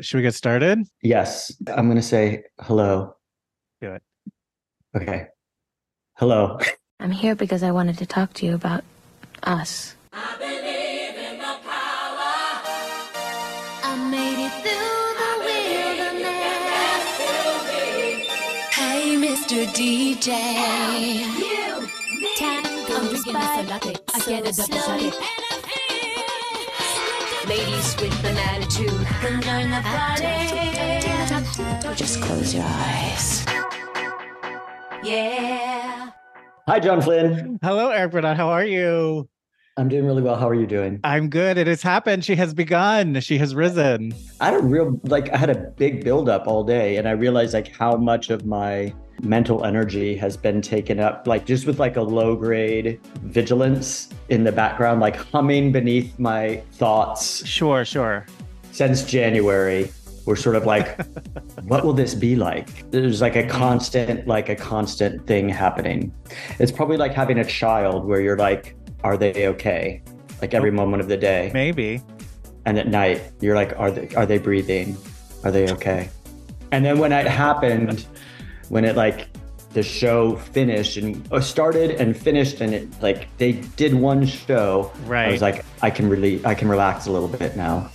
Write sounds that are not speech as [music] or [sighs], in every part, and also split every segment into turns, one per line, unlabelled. Should we get started?
Yes, I'm going to say hello.
Do it.
Okay. Hello. [laughs]
I'm here because I wanted to talk to you about us.
I made it through the wilderness. Hey, Mr. DJ. Time goes by so slowly. Ladies with an attitude can learn the party. Just close your eyes. Yeah.
Hi, John Flynn.
Hello, Eric Burnett. How are you?
I'm doing really well. How are you doing?
I'm good. It has happened. She has begun. She has risen.
I had a real, like, I had a big buildup all day, and I realized, like, how much of my mental energy has been taken up, like, just with, like, a low grade vigilance in the background, like, humming beneath my thoughts
Sure, sure.
since January. We're sort
[laughs]
of like, what will this be like? There's like a constant, like, a constant thing happening. It's probably like having a child where you're like, are they okay? Like, every moment of the day.
Maybe.
and at night you're like are they are they breathing are they okay and then when it happened when it like the show finished and uh, started and finished and it like they did one show i
Right.
was like i can really i can relax a little bit now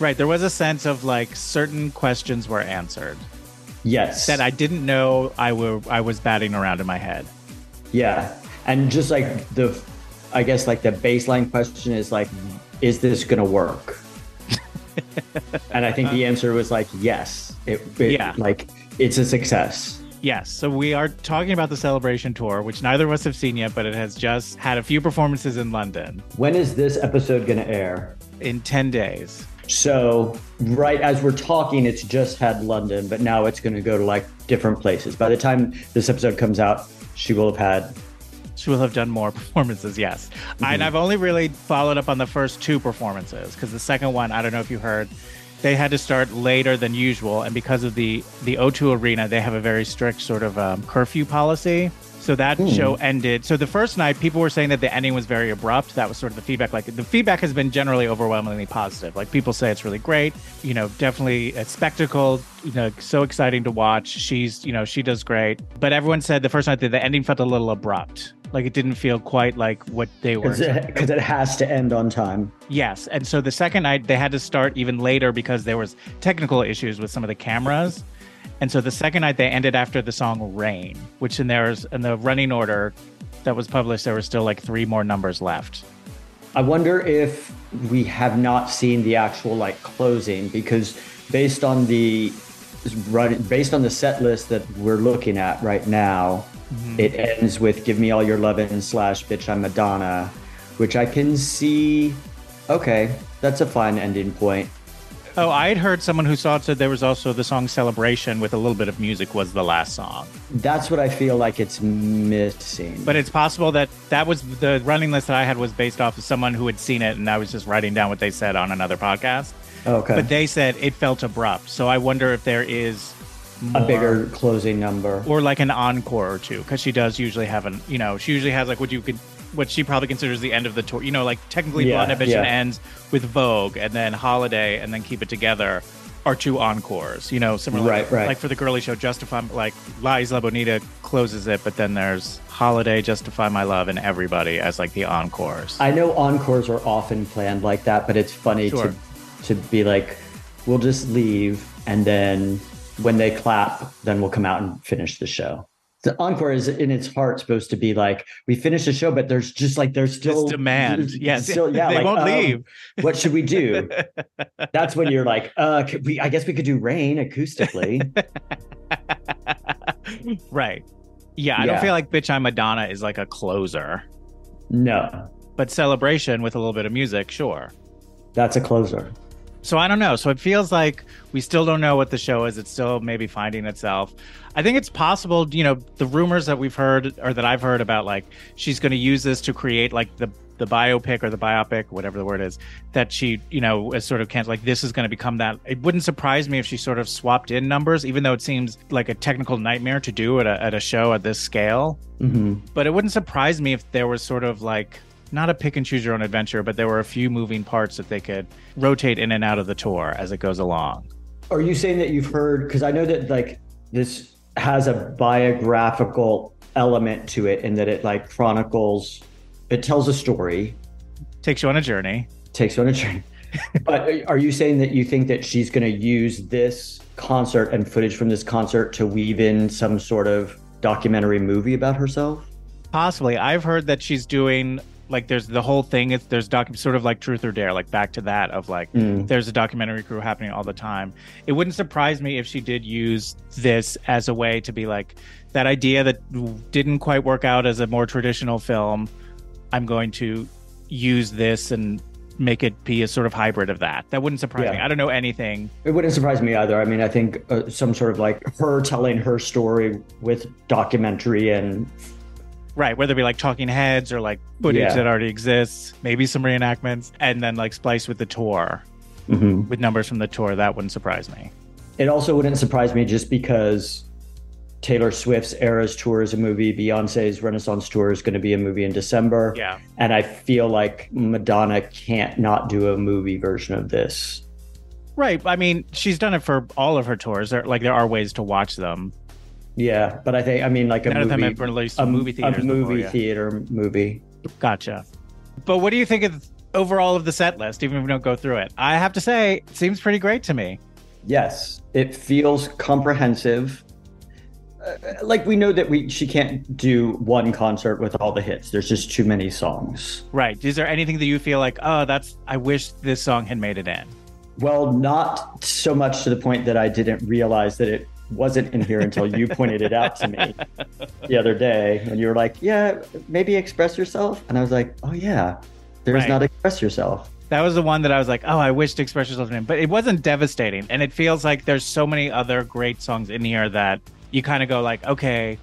right. There was a sense of like certain questions were answered
yes
that I didn't know I were I was batting around in my head.
yeah and just like the i guess like the baseline question is like is this gonna work and i think the answer was like yes it, it
Yeah.
like it's a success
Yes. So we are talking about the celebration tour, which neither of us have seen yet, but it has just had a few performances in London
When is this episode going to air?
in 10 days.
So, right as we're talking, it's just had London, but now it's going to go to like different places. By the time this episode comes out, she will have had.
She will have done more [laughs] performances, yes. And I've only really followed up on the first two performances because the second one, I don't know if you heard, they had to start later than usual, and because of the the O2 Arena, they have a very strict sort of um, curfew policy. So that show ended. So the first night, people were saying that the ending was very abrupt. That was sort of the feedback. Like the feedback has been generally overwhelmingly positive. Like people say it's really great. You know, definitely a spectacle. You know, so exciting to watch. She's, you know, she does great. But everyone said the first night that the ending felt a little abrupt. Like it didn't feel quite like what they were.
Because [laughs] it, has to end on time.
Yes. And so the second night, they had to start even later because there was technical issues with some of the cameras. And so the second night, they ended after the song Rain, which in there's in the running order that was published, there were still like three more numbers left.
I wonder if we have not seen the actual like closing because based on the run based on the set list that we're looking at right now,
Mm-hmm.
it ends with "Give me all your lovin' slash bitch I'm Madonna," which I can see. Okay, that's a fine ending point.
Oh, I had heard someone who saw it said there was also the song Celebration with a little bit of music was the last song.
That's what I feel like it's missing.
But it's possible that that was the running list that I had was based off of someone who had seen it and I was just writing down what they said on another podcast.
okay,
But they said it felt abrupt. So I wonder if there is
a
more-
bigger closing number.
or like an encore or two because she does usually have an you know she usually has like what you could what she probably considers the end of the tour you know like technically
Yeah,
blonde ambition
yeah.
ends with vogue and then holiday and then keep it together are two encores you know similar
Right,
like,
right.
like for the girly show justify like la isla bonita closes it but then there's holiday justify my love and everybody as like the encores
I know encores are often planned like that, but it's funny
Sure.
to to be like, we'll just leave, and then when they clap, then we'll come out and finish the show. The encore is in its heart supposed to be like, we finish the show, but there's just like there's
There's
still
demand
there's
yes
still-
[laughs]
yeah,
they
like,
won't
um,
leave
What should
[laughs]
we do? That's when you're like, uh, could we? I guess we could do
[laughs]
rain acoustically.
right yeah, I
Yeah.
don't feel like Bitch I'm Madonna is like a closer,
no,
but celebration with a little bit of music, sure.
that's a closer.
So I don't know. So it feels like we still don't know what the show is. It's still maybe finding itself. I think it's possible, you know, the rumors that we've heard or that I've heard about like she's going to use this to create like the the biopic or the biopic, whatever the word is, that she, you know, is sort of can't like this is going to become that. It wouldn't surprise me if she sort of swapped in numbers, even though it seems like a technical nightmare to do at a, at a show at this scale
hmm
but it wouldn't surprise me if there was sort of like not a pick and choose your own adventure, but there were a few moving parts that they could rotate in and out of the tour as it goes along.
Are you saying that you've heard? Because I know that like this has a biographical element to it, in that it like chronicles, it tells a story,
Takes you on a journey.
takes you on a journey. but are you saying that you think that she's going to use this concert and footage from this concert to weave in some sort of documentary movie about herself?
Possibly. I've heard that she's doing like there's the whole thing. It's there's docu- sort of like Truth or Dare, like back to that of like
Mm.
there's a documentary crew happening all the time. It wouldn't surprise me if she did use this as a way to be like that idea that didn't quite work out as a more traditional film. I'm going to use this and make it be a sort of hybrid of that. That wouldn't surprise
Yeah.
me. I don't know anything.
It wouldn't surprise me either. I mean, I think uh, some sort of like her telling her story with documentary and
Right, whether it be like talking heads or like footage
Yeah.
that already exists, maybe some reenactments, and then like splice with the tour. with numbers from the tour, that wouldn't surprise me.
It also wouldn't surprise me just because Taylor Swift's Eras tour is a movie, Beyonce's Renaissance tour is going to be a movie in December.
Yeah.
And I feel like Madonna can't not do a movie version of this.
Right. I mean, she's done it for all of her tours. There, like, there are ways to watch them.
Yeah, but I think I mean like a
None of them
movie
have been released
a,
in movie theaters.
a movie
before, yeah.
theater movie.
Gotcha. But what do you think of overall of the set list, even if we don't go through it? I have to say, it seems pretty great to me.
Yes, it feels comprehensive. Uh, like we know that we she can't do one concert with all the hits. There's just too many songs.
Right. Is there anything that you feel like, oh, that's, I wish this song had made it in?
Well, not so much to the point that I didn't realize that it wasn't in here until you pointed it out to me the other day. And you were like, yeah, maybe express yourself. And I was like, oh, yeah, there's
Right.
not express yourself.
That was the one that I was like, oh, I wish to express yourself in, but it wasn't devastating. And it feels like there's so many other great songs in here that you kind of go like, okay,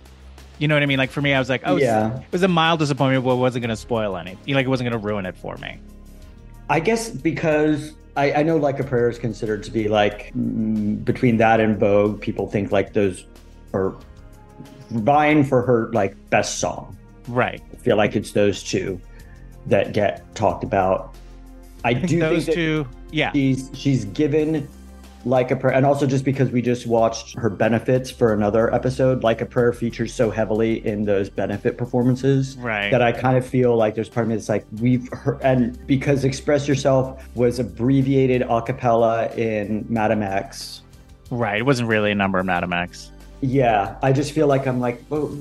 you know what I mean? Like for me, I was like, oh,
Yeah.
yeah. it was a mild disappointment, but it wasn't going to spoil any. you know, Like it wasn't going to ruin it for me.
I guess because I, I know like a prayer is considered to be like mm, between that and Vogue, people think like those are vying for her like best song.
Right.
I feel like it's those two that get talked about. I,
I think
do
those
think that-
two. Yeah.
she's she's given like a prayer and also just because we just watched her benefits for another episode like a prayer features so heavily in those benefit performances
Right.
that i kind of feel like there's part of me that's like we've heard and because express yourself was abbreviated a cappella in madam x
Right. It wasn't really a number of Madam X.
yeah i just feel like i'm like well,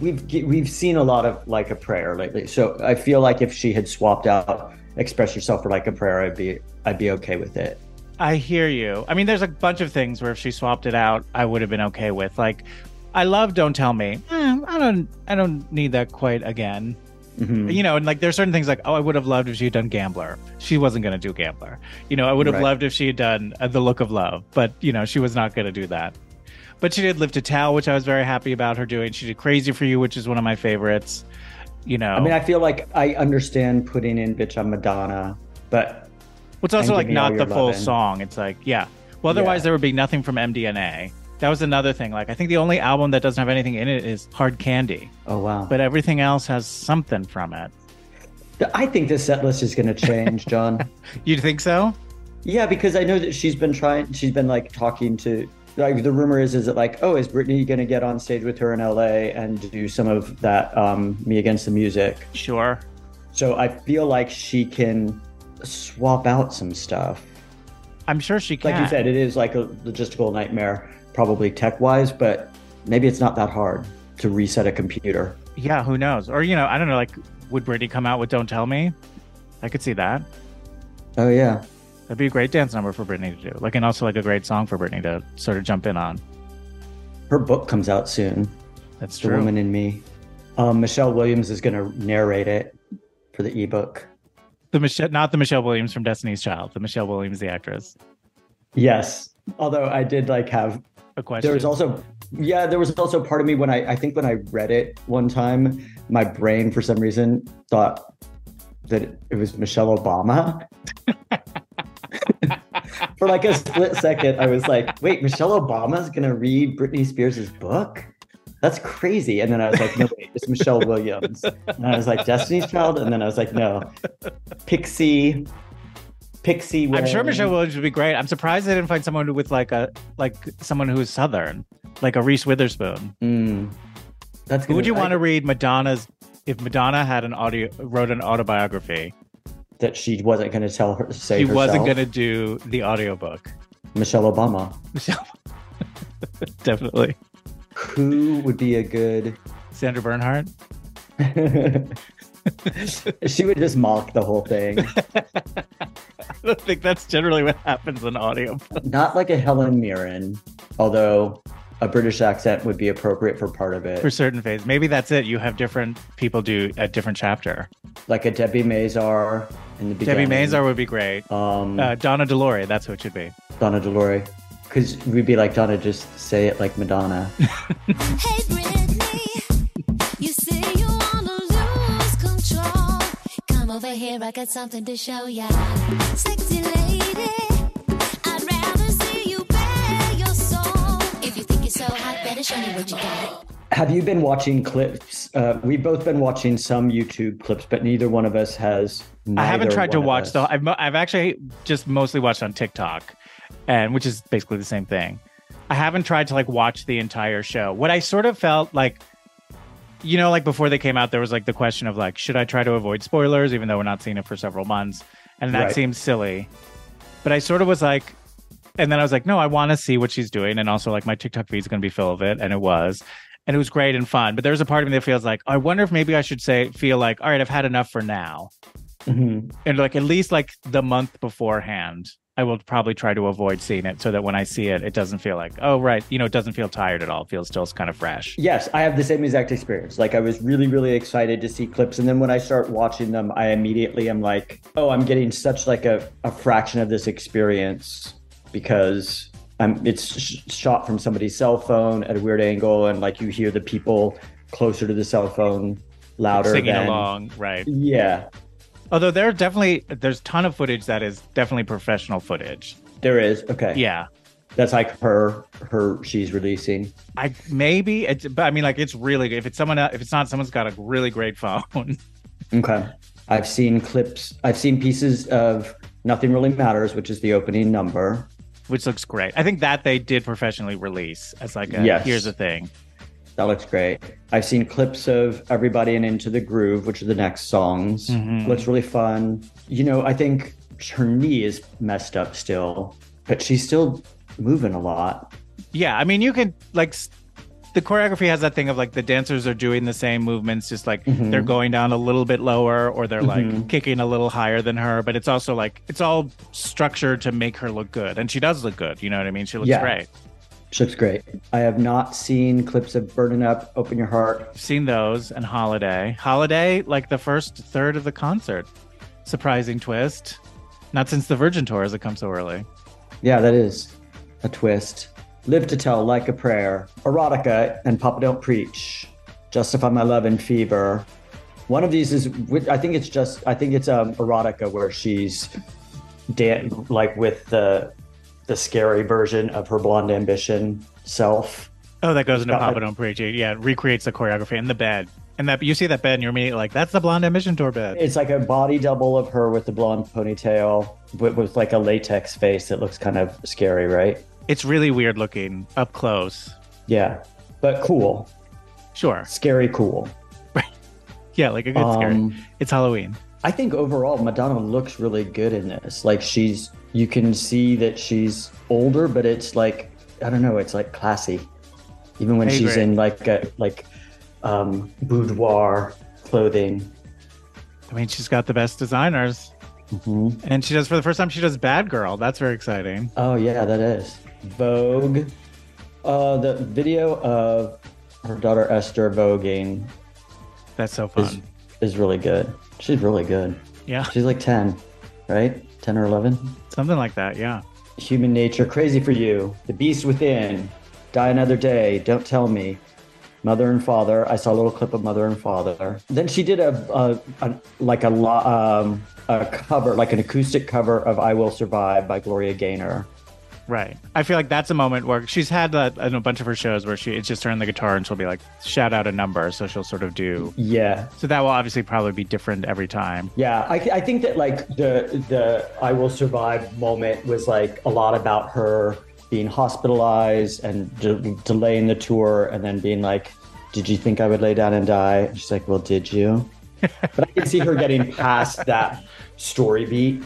we've ge- we've seen a lot of like a prayer lately so i feel like if she had swapped out express yourself for like a prayer i'd be i'd be okay with it
I hear you. I mean, there's a bunch of things where if she swapped it out, I would have been okay with. Like, I love "Don't Tell Me." Mm, I don't. I don't need that quite again.
Mhm.
You know, and like there's certain things like, oh, I would have loved if she had done Gambler. She wasn't going to do Gambler. You know, I would have
Right.
loved if she had done uh, The Look of Love, but you know, she was not going to do that. But she did Live to Tell, which I was very happy about her doing. She did Crazy for You, which is one of my favorites. You know,
I mean, I feel like I understand putting in "Bitch I'm Madonna," but
It's also
and
like
give me all
not the
your
full
lovin'.
song. It's like, yeah. Well, otherwise
Yeah.
there would be nothing from MDNA. That was another thing. Like, I think the only album that doesn't have anything in it is Hard Candy,
oh wow!
but everything else has something from it.
But I think this set list is going to change, John.
You'd think so?
yeah, because I know that she's been trying. She's been like talking to. Like the rumor is, is it like, oh, is Britney going to get on stage with her in LA and do some of that um, "Me Against the Music"?
Sure.
So I feel like she can swap out some stuff.
I'm sure she can.
Like you said, it is like a logistical nightmare, probably tech-wise, but maybe it's not that hard to reset a computer.
Yeah, who knows? Or, you know, I don't know, like, would Britney come out with Don't Tell Me? I could see that.
Oh yeah.
That'd be a great dance number for Britney to do. Like, and also like a great song for Britney to sort of jump in on.
her book comes out soon
That's
the
true.
woman in me um, michelle williams is going to narrate it for the ebook
The Michelle, not the Michelle Williams from Destiny's Child, the Michelle Williams, the actress.
yes although i did like have
A question.
there was also yeah there was also part of me when i i think when i read it one time my brain for some reason thought that it was michelle obama [laughs] for like a split second i was like wait michelle obama's going to read britney spears' book that's crazy and then i was like no wait it's michelle williams and i was like destiny's child and then i was like no pixie pixie.
I'm sure
wave.
Michelle Williams would be great. I'm surprised they didn't find someone with like a like someone who is Southern, like a Reese Witherspoon.
Mm. That's
Who would you want to
to
read Madonna's? If Madonna had an audio, wrote an autobiography,
that she wasn't going to tell her say
she wasn't
herself.
going to do the audiobook.
Michelle Obama.
Michelle- [laughs] Definitely.
Who would be
[laughs]
a good?
Sandra Bernhardt.
she would just mock the whole thing.
[laughs] I don't think that's generally what happens in audio.
Not like a Helen Mirren, although a British accent would be appropriate for part of it.
for certain phase. Maybe that's it. You have different people do a different chapter.
like a Debbie Mazar in the
Debbie
beginning.
Mazar would be great.
Um,
Uh, Donna Delore, that's who it should be.
Donna Delore. Because we'd be like, Donna, just say it
[laughs]
like Madonna.
Hey Britney, you say you wanna lose control. Come over here, I got something to show ya. Sexy lady, I'd rather see you bare your soul. If you think you're so hot, better show me what you got.
Have you been watching clips? Uh, we've both been watching some YouTube clips, but neither one of us has.
I haven't
neither
tried to
one of
watch
us.
the. I've, mo- I've actually just mostly watched on TikTok, and which is basically the same thing. I haven't tried to like watch the entire show. What I sort of felt like, you know, like before they came out, there was like the question of like, should I try to avoid spoilers, even though we're not seeing it for several months, and that
Right.
seems silly. But I sort of was like, and then I was like, no, I want to see what she's doing, and also like my TikTok feed's going to be full of it, and it was. And it was great and fun, but there's a part of me that feels like I wonder if maybe I should say feel like all right, I've had enough for now
Mhm.
and like at least like the month beforehand i will probably try to avoid seeing it so that when i see it it doesn't feel like oh right you know it doesn't feel tired at all it feels still kind of fresh
Yes, I have the same exact experience. Like, I was really, really excited to see clips, and then when I start watching them, I immediately am like, "Oh, I'm getting such like a, a fraction of this experience because I'm it's sh- shot from somebody's cell phone at a weird angle, and like you hear the people closer to the cell phone louder
singing
than- Mm.
along right
Yeah,
although there are definitely there's a ton of footage that is definitely professional footage
there is. Okay,
yeah
that's like her, her she's releasing.
i maybe it's, but i mean like it's really if it's someone el- if it's not someone's got a really great phone [laughs]
Okay. I've seen clips, I've seen pieces of Nothing Really Matters, which is the opening number.
which looks great i think that they did professionally release as like a,
Yes.
here's the thing
That looks great. I've seen clips of Everybody and Into the Groove, which are the next songs.
Mhm.
Looks really fun. You know, I think her knee is messed up still, but she's still moving a lot.
Yeah, I mean, you can like s- the choreography has that thing of like the dancers are doing the same movements, just like
Mhm.
they're going down a little bit lower or they're like
Mhm.
kicking a little higher than her. But it's also like it's all structured to make her look good, and she does look good. You know what I mean? She looks
Yeah.
great.
She looks great. I have not seen clips of Burning Up, Open Your Heart.
I've seen those and Holiday. Holiday, like the first third of the concert, surprising twist. Not since the Virgin tour has it come so early.
Yeah, that is a twist. Live to Tell, Like a Prayer, Erotica, and Papa Don't Preach, Justify My Love and Fever. One of these is, I think it's just, I think it's um, Erotica where she's dan- like with the the scary version of her blonde ambition self.
Oh, that goes into
Got, like-
Papa Don't Preach. Yeah, it recreates the choreography in the bed. And that you see that bed and you're immediately like, that's the blonde ambition tour bed.
It's like a body double of her with the blonde ponytail with, with like a latex face that looks kind of scary, right?
It's really weird looking up close.
Yeah, but cool,
Sure.
scary cool.
Yeah, like a good
Um,
scary. It's Halloween.
I think overall Madonna looks really good in this. Like she's you can see that she's older, but it's like I don't know, it's like classy. Even when
I
she's
agree.
in like a like um boudoir clothing.
I mean, she's got the best designers.
Mhm.
And she does, for the first time, she does Bad Girl. That's very exciting.
Oh yeah, that is. Vogue. Uh the video of her daughter Esther voguing
That's so
is
fun.
is really good. She's really good.
Yeah,
She's like 10, right? 10 or 11?
something like that. Yeah.
Human Nature, Crazy for You, The Beast Within, Die Another Day, Don't Tell Me, Mother and Father. I saw a little clip of Mother and Father. Then she did a, a, a like a, lo- um, a cover, like an acoustic cover of I Will Survive by Gloria Gaynor.
Right. I feel like that's a moment where she's had that in a bunch of her shows where she it's just her and the guitar and she'll be like shout out a number, so she'll sort of do.
Yeah.
So that will obviously probably be different every time.
Yeah, I, I think that like the the I will survive moment was like a lot about her being hospitalized and de- delaying the tour, and then being like, "Did you think I would lay down and die?" And she's like, "Well, did you?"
[laughs]
But I can see her getting past that story beat.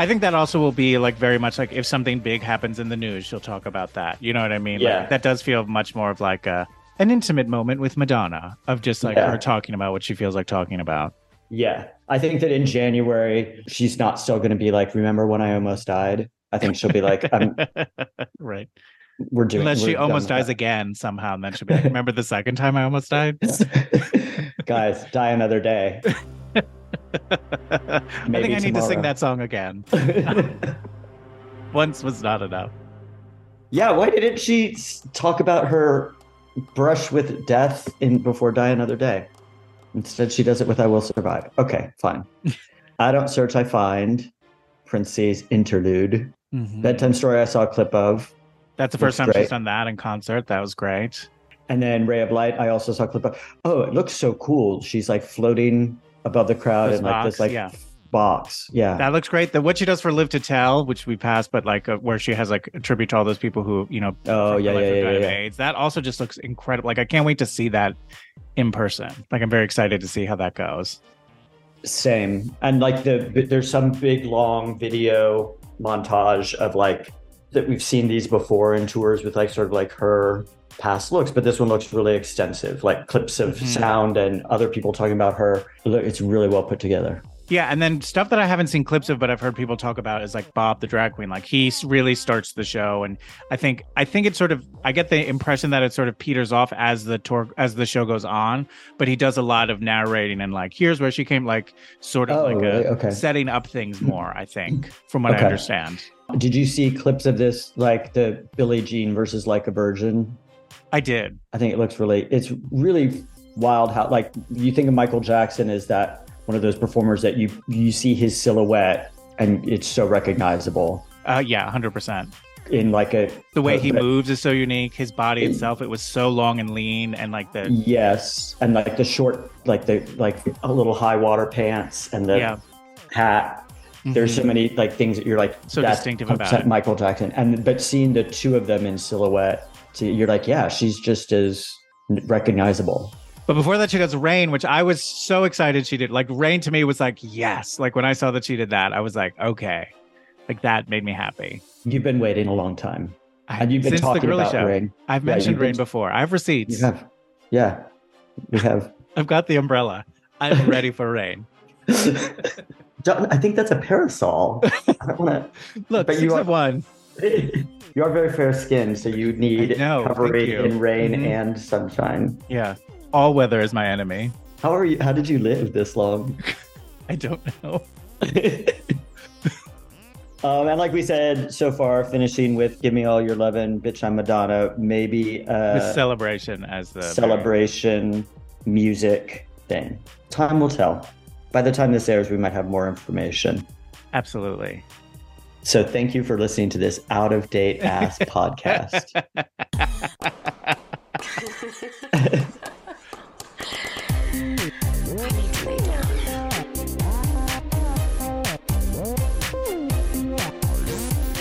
I think that also will be like very much like if something big happens in the news, she'll talk about that. You know what I mean?
Yeah.
Like, that does feel much more of like a an intimate moment with Madonna of just like
Yeah.
her talking about what she feels like talking about.
Yeah, I think that in January she's not still going to be like, "Remember when I almost died?" I think she'll be like, I'm,
Right.
"We're doing."
Unless
we're
she
done
almost
with
dies
that."
again somehow, and then she'll be like, "Remember the second time I almost died?" [laughs]
[laughs] Guys, die another day.
I think
Maybe
I need to sing
tomorrow.
that song again.
[laughs]
Once was not enough.
Yeah, why didn't she s- talk about her brush with death in Before Die Another Day? Instead, she does it with I Will Survive. Okay,
[laughs]
fine. I don't search, I find. Princey's interlude.
Mm-hmm.
Bedtime story I saw a clip of.
That's the first
Looks
time
great.
she's done that in concert. That was great.
And then Ray of Light, I also saw a clip of. Oh, it looks so cool. She's like floating above the crowd
This
in Oh, like
box,
this like
yeah.
box. Yeah.
That looks great. The what she does for Live to Tell, which we passed, but like uh, where she has like a tribute to all those people who you know.
Oh,
from
yeah,
the
yeah,
Electric
yeah,
Eye of
yeah.
AIDS. That also just looks incredible. Like I can't wait to see that in person. Like I'm very excited to see how that goes.
Same. And like the there's some big long video montage of like that we've seen these before in tours with like sort of like her past looks, but this one looks really extensive, like clips of
Mhm.
sound and other people talking about her. Look, it's really well put together.
Yeah, and then stuff that I haven't seen clips of, but I've heard people talk about is like Bob the drag queen. Like he s- really starts the show, and I think I think it's sort of I get the impression that it sort of peters off as the tour as the show goes on, but he does a lot of narrating and like here's where she came, like sort of
Oh,
like a,
really? Okay.
setting up things more. I think from what I
Okay.
understand,
Did you see clips of this like the Billie Jean versus like a virgin?
I did.
I think it looks really it's really wild how like you think of Michael Jackson as that one of those performers that you you see his silhouette and it's so recognizable.
Uh, yeah, hundred percent.
in like a
The way he
but-
moves is so unique. His body itself, it was so long and lean, and like the
Yes, and like the short, like the like a little high water pants and the
yeah. Mm-hmm.
hat. There's so many like things that you're like
So distinctive about
100%
it.
Michael Jackson, and but seeing the two of them in silhouette, so you're like, yeah, she's just as recognizable.
But before that, she does Rain, which I was so excited she did. Like, Rain to me was like, yes. Like, when I saw that she did that, I was like, okay. Like, that made me happy.
You've been waiting a long time,
I-
and you've been
since the
talking
Girly
about
Show.
Rain.
I've
Yeah,
mentioned
you've been-
Rain before. I have
You
receipts.
have, yeah,
[laughs]
you have.
I've got the umbrella.
[laughs]
I'm ready for Rain.
Don't- I think that's a parasol. I don't want
Look,
But
but
you
you
are-
have one.
You are very fair skinned, so you need
I know, thank
covering
you.
in rain
Mhm.
and sunshine.
Yeah. All weather is my enemy.
How are you? How did you live this long?
I don't [laughs] know.
[laughs] um, and like we said so far, finishing with "Give Me All Your Lovin', Bitch I'm Madonna," maybe
the
a
celebration as the
celebration music thing. Time will tell. By the time this airs, we might have more information.
Absolutely.
So thank you for listening to this out of date ass
[laughs]
podcast.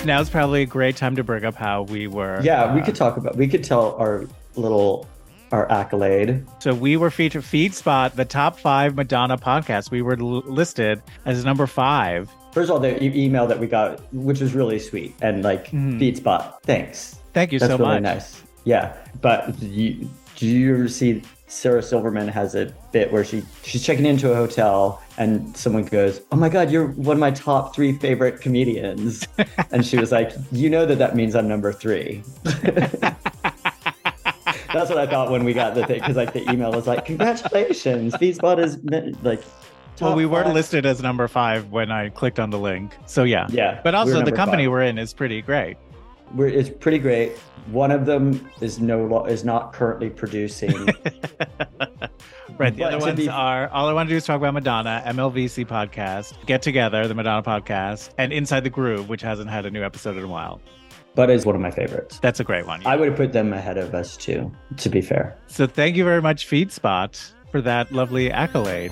Now's probably a great time to bring up how we were.
Yeah, we
uh,
could talk about. We could tell our little our accolade.
So we were featured Feed Spot, the top five Madonna podcast. We were l- listed as number five.
First of all, the e- email that we got, which was really sweet, and like
Mhm.
beat spot. Thanks.
Thank you
That's
so
really
much.
nice. Yeah, but you, do you ever see Sarah Silverman has a bit where she she's checking into a hotel and someone goes, "Oh my God, you're one of my top three favorite comedians,"
[laughs]
and she was like, "You know that that means I'm number three. That's what I thought when we got the thing because like the email was like, "Congratulations, Feedspot is like."
Well,
top
we were
five."
listed as number five when I clicked on the link. So yeah.
Yeah,
But
we're
also the
number
company
five.
we're in is pretty great.
We're, it's pretty great. One of them is no lo- is not currently producing.
[laughs] Right. The
But
other
to
ones
be-
are all I want to do is talk about Madonna, MLVC podcast, Get Together, the Madonna podcast, and Inside the Groove, which hasn't had a new episode in a while.
but it's one of my favorites.
That's a great one.
I would have put them ahead of us too, to be fair.
So thank you very much, FeedSpot, for that lovely accolade.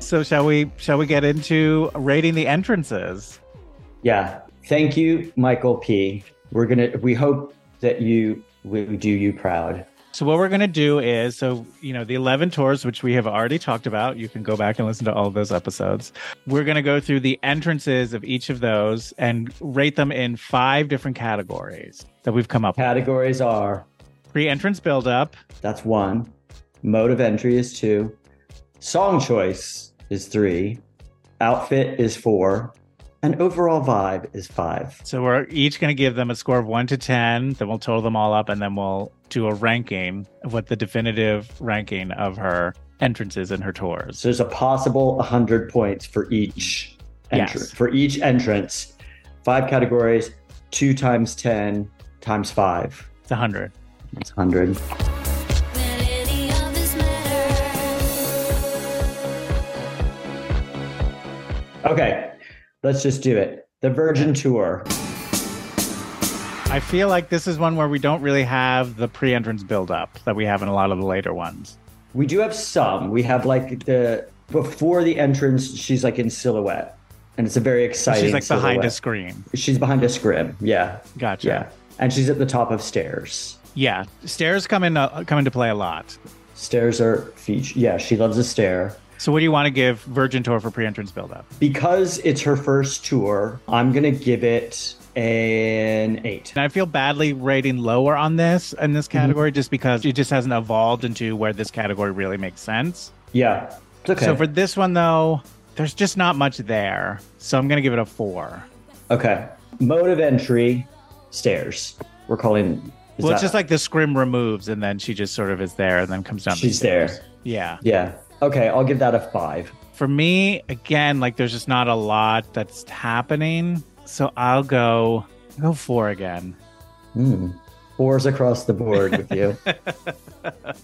So shall we shall we get into rating the entrances?
Yeah. Thank you, Michael P. We're gonna we hope that you we do you proud.
So what we're going to do is so you know the 11 tours which we have already talked about you can go back and listen to all of those episodes. We're going to go through the entrances of each of those and rate them in five different categories that we've come up with.
Categories are
Pre-entrance buildup,
that's one, mode of entry is two, song choice is three, outfit is four, and overall vibe is five.
So we're each going to give them a score of one to 10. Then we'll total them all up and then we'll do a ranking of what the definitive ranking of her entrances and her tours.
So there's a possible 100 points for each entrance.
Yes.
For each entrance, five categories, two times 10 times five.
It's 100.
That's 100.
Will any of this matter?
Okay, let's just do it. The Virgin Tour.
I feel like this is one where we don't really have the pre entrance buildup that we have in a lot of the later ones.
We do have some. We have like the before the entrance, she's like in silhouette. And it's a very exciting.
She's like behind a
silhouette.
screen.
She's behind a scrim. Yeah.
Gotcha.
Yeah. And she's at the top of stairs.
Yeah. Stairs come in uh, come into play a lot.
Stairs are feature. Yeah, she loves a stair.
So what do you want to give Virgin Tour for pre entrance buildup?
Because it's her first tour, I'm going to give it an eight.
And I feel badly rating lower on this in this
Mm-hmm.
category just because it just hasn't evolved into where this category really makes sense.
Yeah. It's okay.
So for this one though, there's just not much there. So I'm gonna give it a four.
okay. Mode of entry stairs. We're calling. is
well, it's
that-
just like the scrim removes and then she just sort of is there and then comes down. the
She's there.
stairs. Yeah.
Yeah. Okay. I'll give that a five.
For me, again, like there's just not a lot that's happening. So I'll go I'll go four again.
Hmm. Fours across the board with you.
[laughs]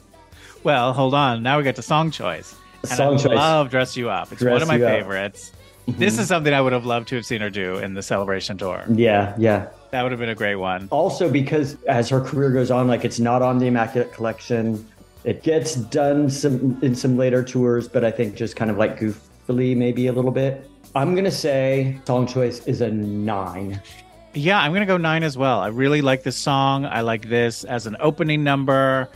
Well, hold on. Now we get to song choice. And
Song
I
choice.
love Dress You Up. It's one
Dress
of my
You Up. Mm-hmm.
favorites. This is something I would have loved to have seen her do in the celebration tour.
yeah. Yeah.
That would have been a great one.
Also, because as her career goes on, like it's not on the Immaculate Collection. It gets done some in some later tours, but I think just kind of like goofily, maybe a little bit. I'm gonna say song choice is a nine.
Yeah, I'm going to go nine as well. I really like this song. I like this as an opening number.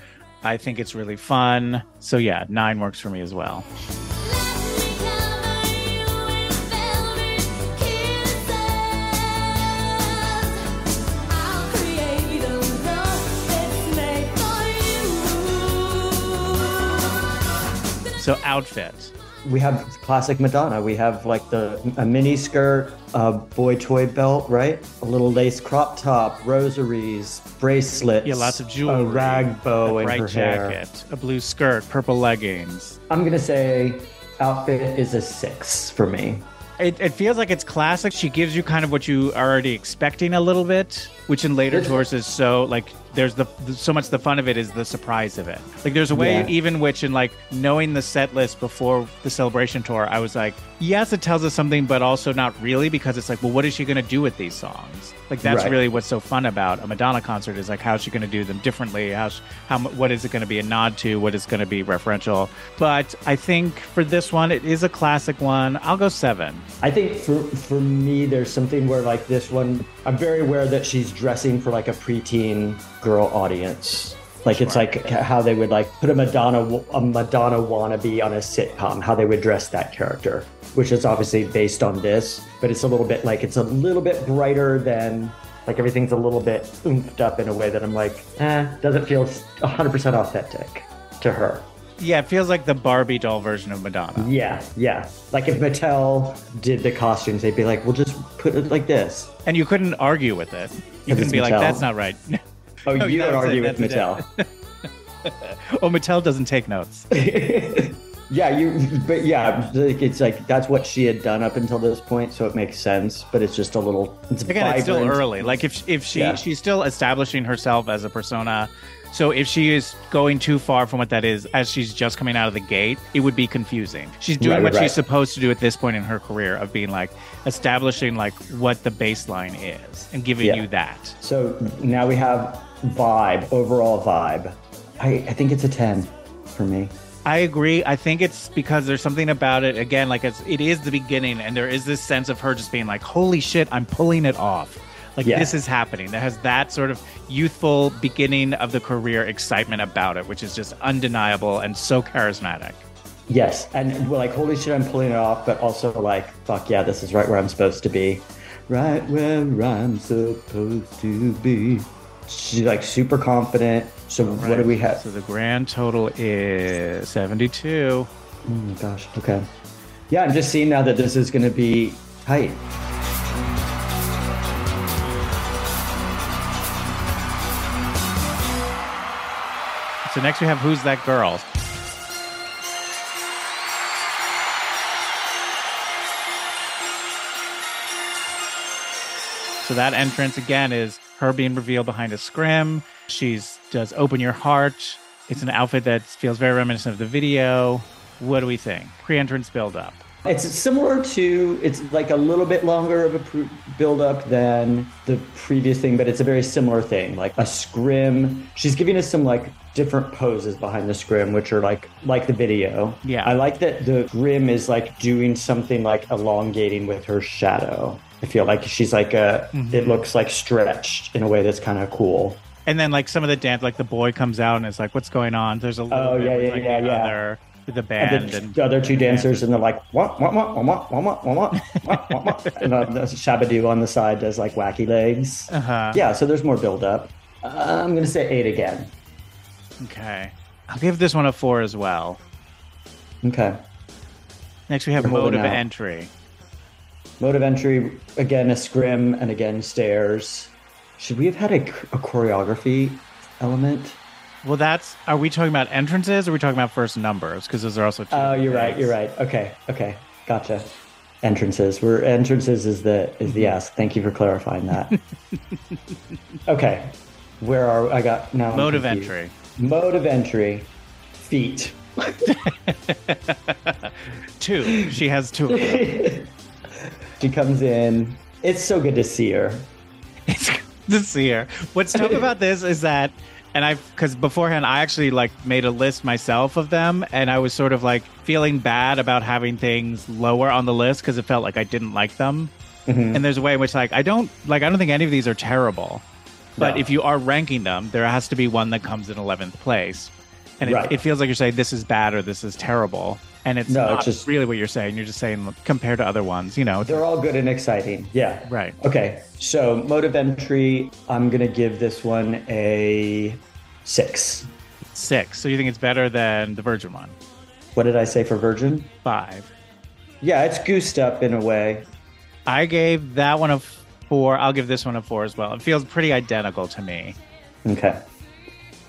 I think it's really fun. So, yeah, nine works for me as well.
Let me cover you in velvet kisses. I'll create a love that's made for you.
So, outfit.
We have classic Madonna. We have like the a mini skirt, a boy toy belt, right? A little lace crop top, rosaries, bracelets.
Yeah, lots of jewelry.
A rag
a
bow in
bright
her hair.
jacket, a blue skirt, purple leggings.
I'm gonna say outfit is a six for me.
It, it feels like it's classic. She gives you kind of what you are already expecting a little bit, which in later
This-
tours is so like there's the so much the fun of it is the surprise of it. Like there's a way
Yeah.
even which in like knowing the set list before the celebration tour, I was like, yes, it tells us something, but also not really because it's like, well, what is she going to do with these songs? Like that's
Right.
really what's so fun about a Madonna concert is like how's she going to do them differently? How sh- how mu- what is it going to be a nod to? What is going to be referential? But I think for this one, it is a classic one. I'll go seven.
I think for for me, there's something where like this one, I'm very aware that she's dressing for like a preteen girl audience. Like it's like how they would like put a Madonna a Madonna wannabe on a sitcom, how they would dress that character, which is obviously based on this, but it's a little bit like it's a little bit brighter than like everything's a little bit oomphed up in a way that I'm like, eh, doesn't feel 100% authentic to her.
Yeah, it feels like the Barbie doll version of Madonna.
Yeah, yeah. Like if Mattel did the costumes, they'd be like, "We'll just put it like this."
And you couldn't argue with it. You
Because it's
couldn't be like,
Mattel.
that's not right. [laughs]
Oh,
Oh,
you
that
would
was
argue
it,
with Mattel.
that's oh, Mattel doesn't take notes.
[laughs] yeah, you. But yeah, like, it's like that's what she had done up until this point, so it makes sense. But it's just a little. It's
Again,
vibrant.
it's still early. Like if if she
Yeah.
she's still establishing herself as a persona So if she is going too far from what that is, as she's just coming out of the gate, it would be confusing. She's doing
Right,
what
right.
she's supposed to do at this point in her career of being like establishing like what the baseline is and giving
Yeah.
you that.
So now we have vibe, overall vibe. I, I think it's a 10 for me.
I agree. I think it's because there's something about it again, like it's it is the beginning and there is this sense of her just being like, Holy shit, I'm pulling it off. Like
Yeah.
this is happening. That has that sort of youthful beginning of the career excitement about it, which is just undeniable and so charismatic.
Yes. And we're like, holy shit, I'm pulling it off, but also like, fuck yeah, this is right where I'm supposed to be. Right where I'm supposed to be. She's like super confident. So what do we have?
So the grand total is seventy two.
Oh my gosh. Okay. Yeah, I'm just seeing now that this is going to be tight.
So next we have Who's That Girl? So that entrance again is her being revealed behind a scrim. She's does open your heart. It's an outfit that feels very reminiscent of the video. What do we think? Pre-entrance build up.
It's similar to, it's like a little bit longer of a pr- build up than the previous thing, but it's a very similar thing. Like a scrim. She's giving us some like different poses behind the scrim, which are like, like the video.
Yeah.
I like that the grim is like doing something like elongating with her shadow. I feel like she's like a, it looks like stretched in a way that's kind of cool.
And then like some of the dance, like the boy comes out and is like, "What's going on?" There's a little
Oh,
bit
yeah,
with,
yeah,
like,
yeah,
the
yeah.
other with the
and
band
the,
and
the other two dancers, and they're like, what, what, what, what, what, what, what, what, what, what, and uh, the Shabadoo on the side does like wacky legs.
Uh-huh.
Yeah, so there's more build up. Uh, I'm gonna say eight again.
okay. I'll give this one a four as well.
Okay,
Next, we have
We're
mode
holding
of
out.
entry.
mode of entry again a scrim and again stairs. Should we have had a, a choreography element?
Well, that's. Are we talking about entrances? Or are we talking about first numbers? Because those are also. Two
Oh, you're right.
things.
You're right. Okay. Okay. Gotcha. Entrances. We're entrances is the is the ask. Thank you for clarifying that.
[laughs]
okay. Where are I got now? I'm
Mode of
confused.
entry.
Mode of entry. Feet.
Two. She has two. Of them.
She comes in. It's so good to see her.
it's [laughs] good to see her. What's tough
[laughs]
about this is that, and I, because beforehand I actually like made a list myself of them, and I was sort of like feeling bad about having things lower on the list because it felt like I didn't like them.
Mm-hmm.
And there's a way in which like I don't like I don't think any of these are terrible, but
No.
if you are ranking them, there has to be one that comes in 11th place, and it,
Right.
it feels like you're saying this is bad or this is terrible. And it's
No,
not
it's just-
really what you're saying. You're just saying compared to other ones, you know.
They're all good and exciting. Yeah.
Right.
Okay. So mode of entry. I'm gonna give this one a six.
Six. So you think it's better than the Virgin one?
What did I say for Virgin?
Five.
Yeah, it's goosed up in a way.
I gave that one a four. I'll give this one a four as well. It feels pretty identical to me.
Okay.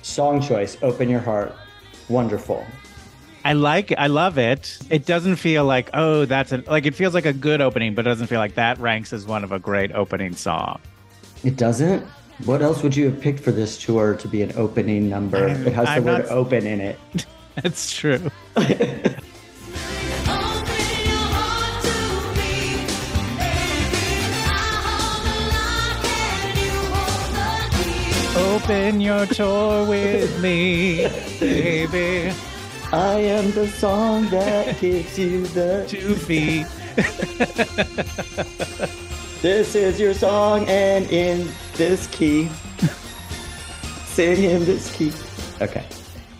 Song choice, Open Your Heart. Wonderful.
I like it. I love it. It doesn't feel like, oh, that's an, like, it feels like a good opening, but it doesn't feel like that ranks as one of a great opening song. [laughs]
It doesn't? What else would you have picked for this tour to be an opening number? it has the
I'm
word
not-
open in
[laughs]
it.
That's true.
Open your heart to me, baby. I hold the lock and you hold the key.
Open your door with me, baby.
I am the song
[laughs]
that gives you the.
Two feet.
This is your song and in this key. Sing in this key. Okay.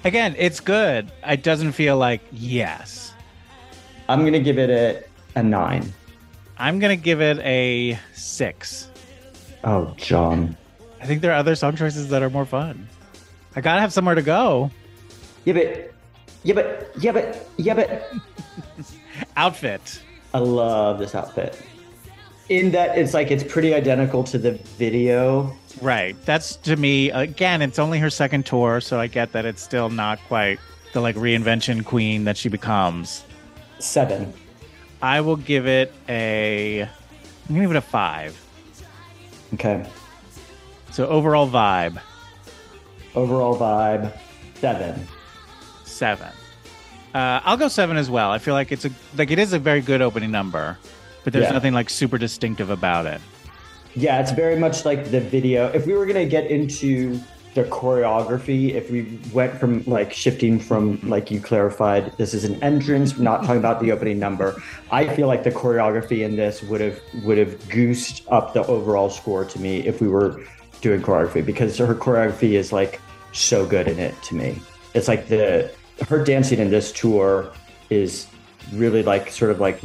Again, it's good. It doesn't feel like, yes.
I'm going to give it a, a nine.
I'm going to give it a six.
Oh, John.
I think there are other song choices that are more fun. I got to have somewhere to go.
Yeah, but. Yeah, but. Yeah, but. Yeah, but.
outfit.
I love this outfit. In that it's like it's pretty identical to the video.
Right. That's to me again. It's only her second tour, so I get that it's still not quite the like reinvention queen that she becomes.
Seven.
I will give it a. I'm gonna give it a five.
Okay.
So overall vibe.
Overall vibe, seven.
seven. Uh, I'll go seven as well. I feel like it's a like it is a very good opening number, but there's
Yeah.
nothing like super distinctive about it.
Yeah, it's very much like the video. If we were gonna get into the choreography, if we went from like shifting from like you clarified, this is an entrance, we're not talking about the opening number. I feel like the choreography in this would have would have goosed up the overall score to me if we were doing choreography because her choreography is like so good in it to me. It's like the her dancing in this tour is really like sort of like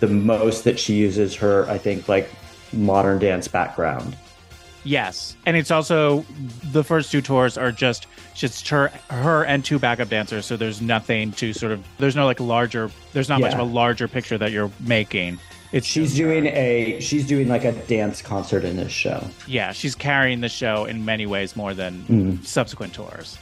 the most that she uses her I think like modern dance background.
Yes, and it's also the first two tours are just just her her and two backup dancers. So there's nothing to sort of there's no like larger there's not much of
Yeah.
a larger picture that you're making. It's
She's
just-
doing a she's doing like a dance concert in this show.
yeah, she's carrying the show in many ways more than
Mm-hmm.
subsequent tours.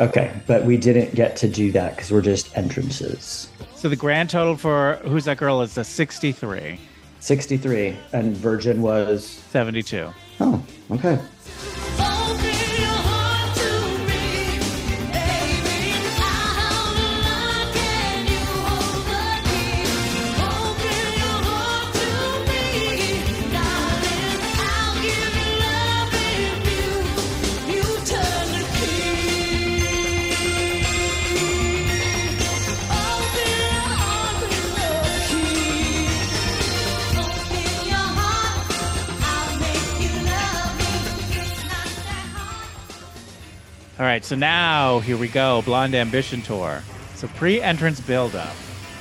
Okay, but we didn't get to do that because we're just entrances.
So the grand total for Who's That Girl is a 63,
63 and Virgin was
72.
oh, okay.
All right, so now here we go Blonde Ambition Tour. So pre entrance build up.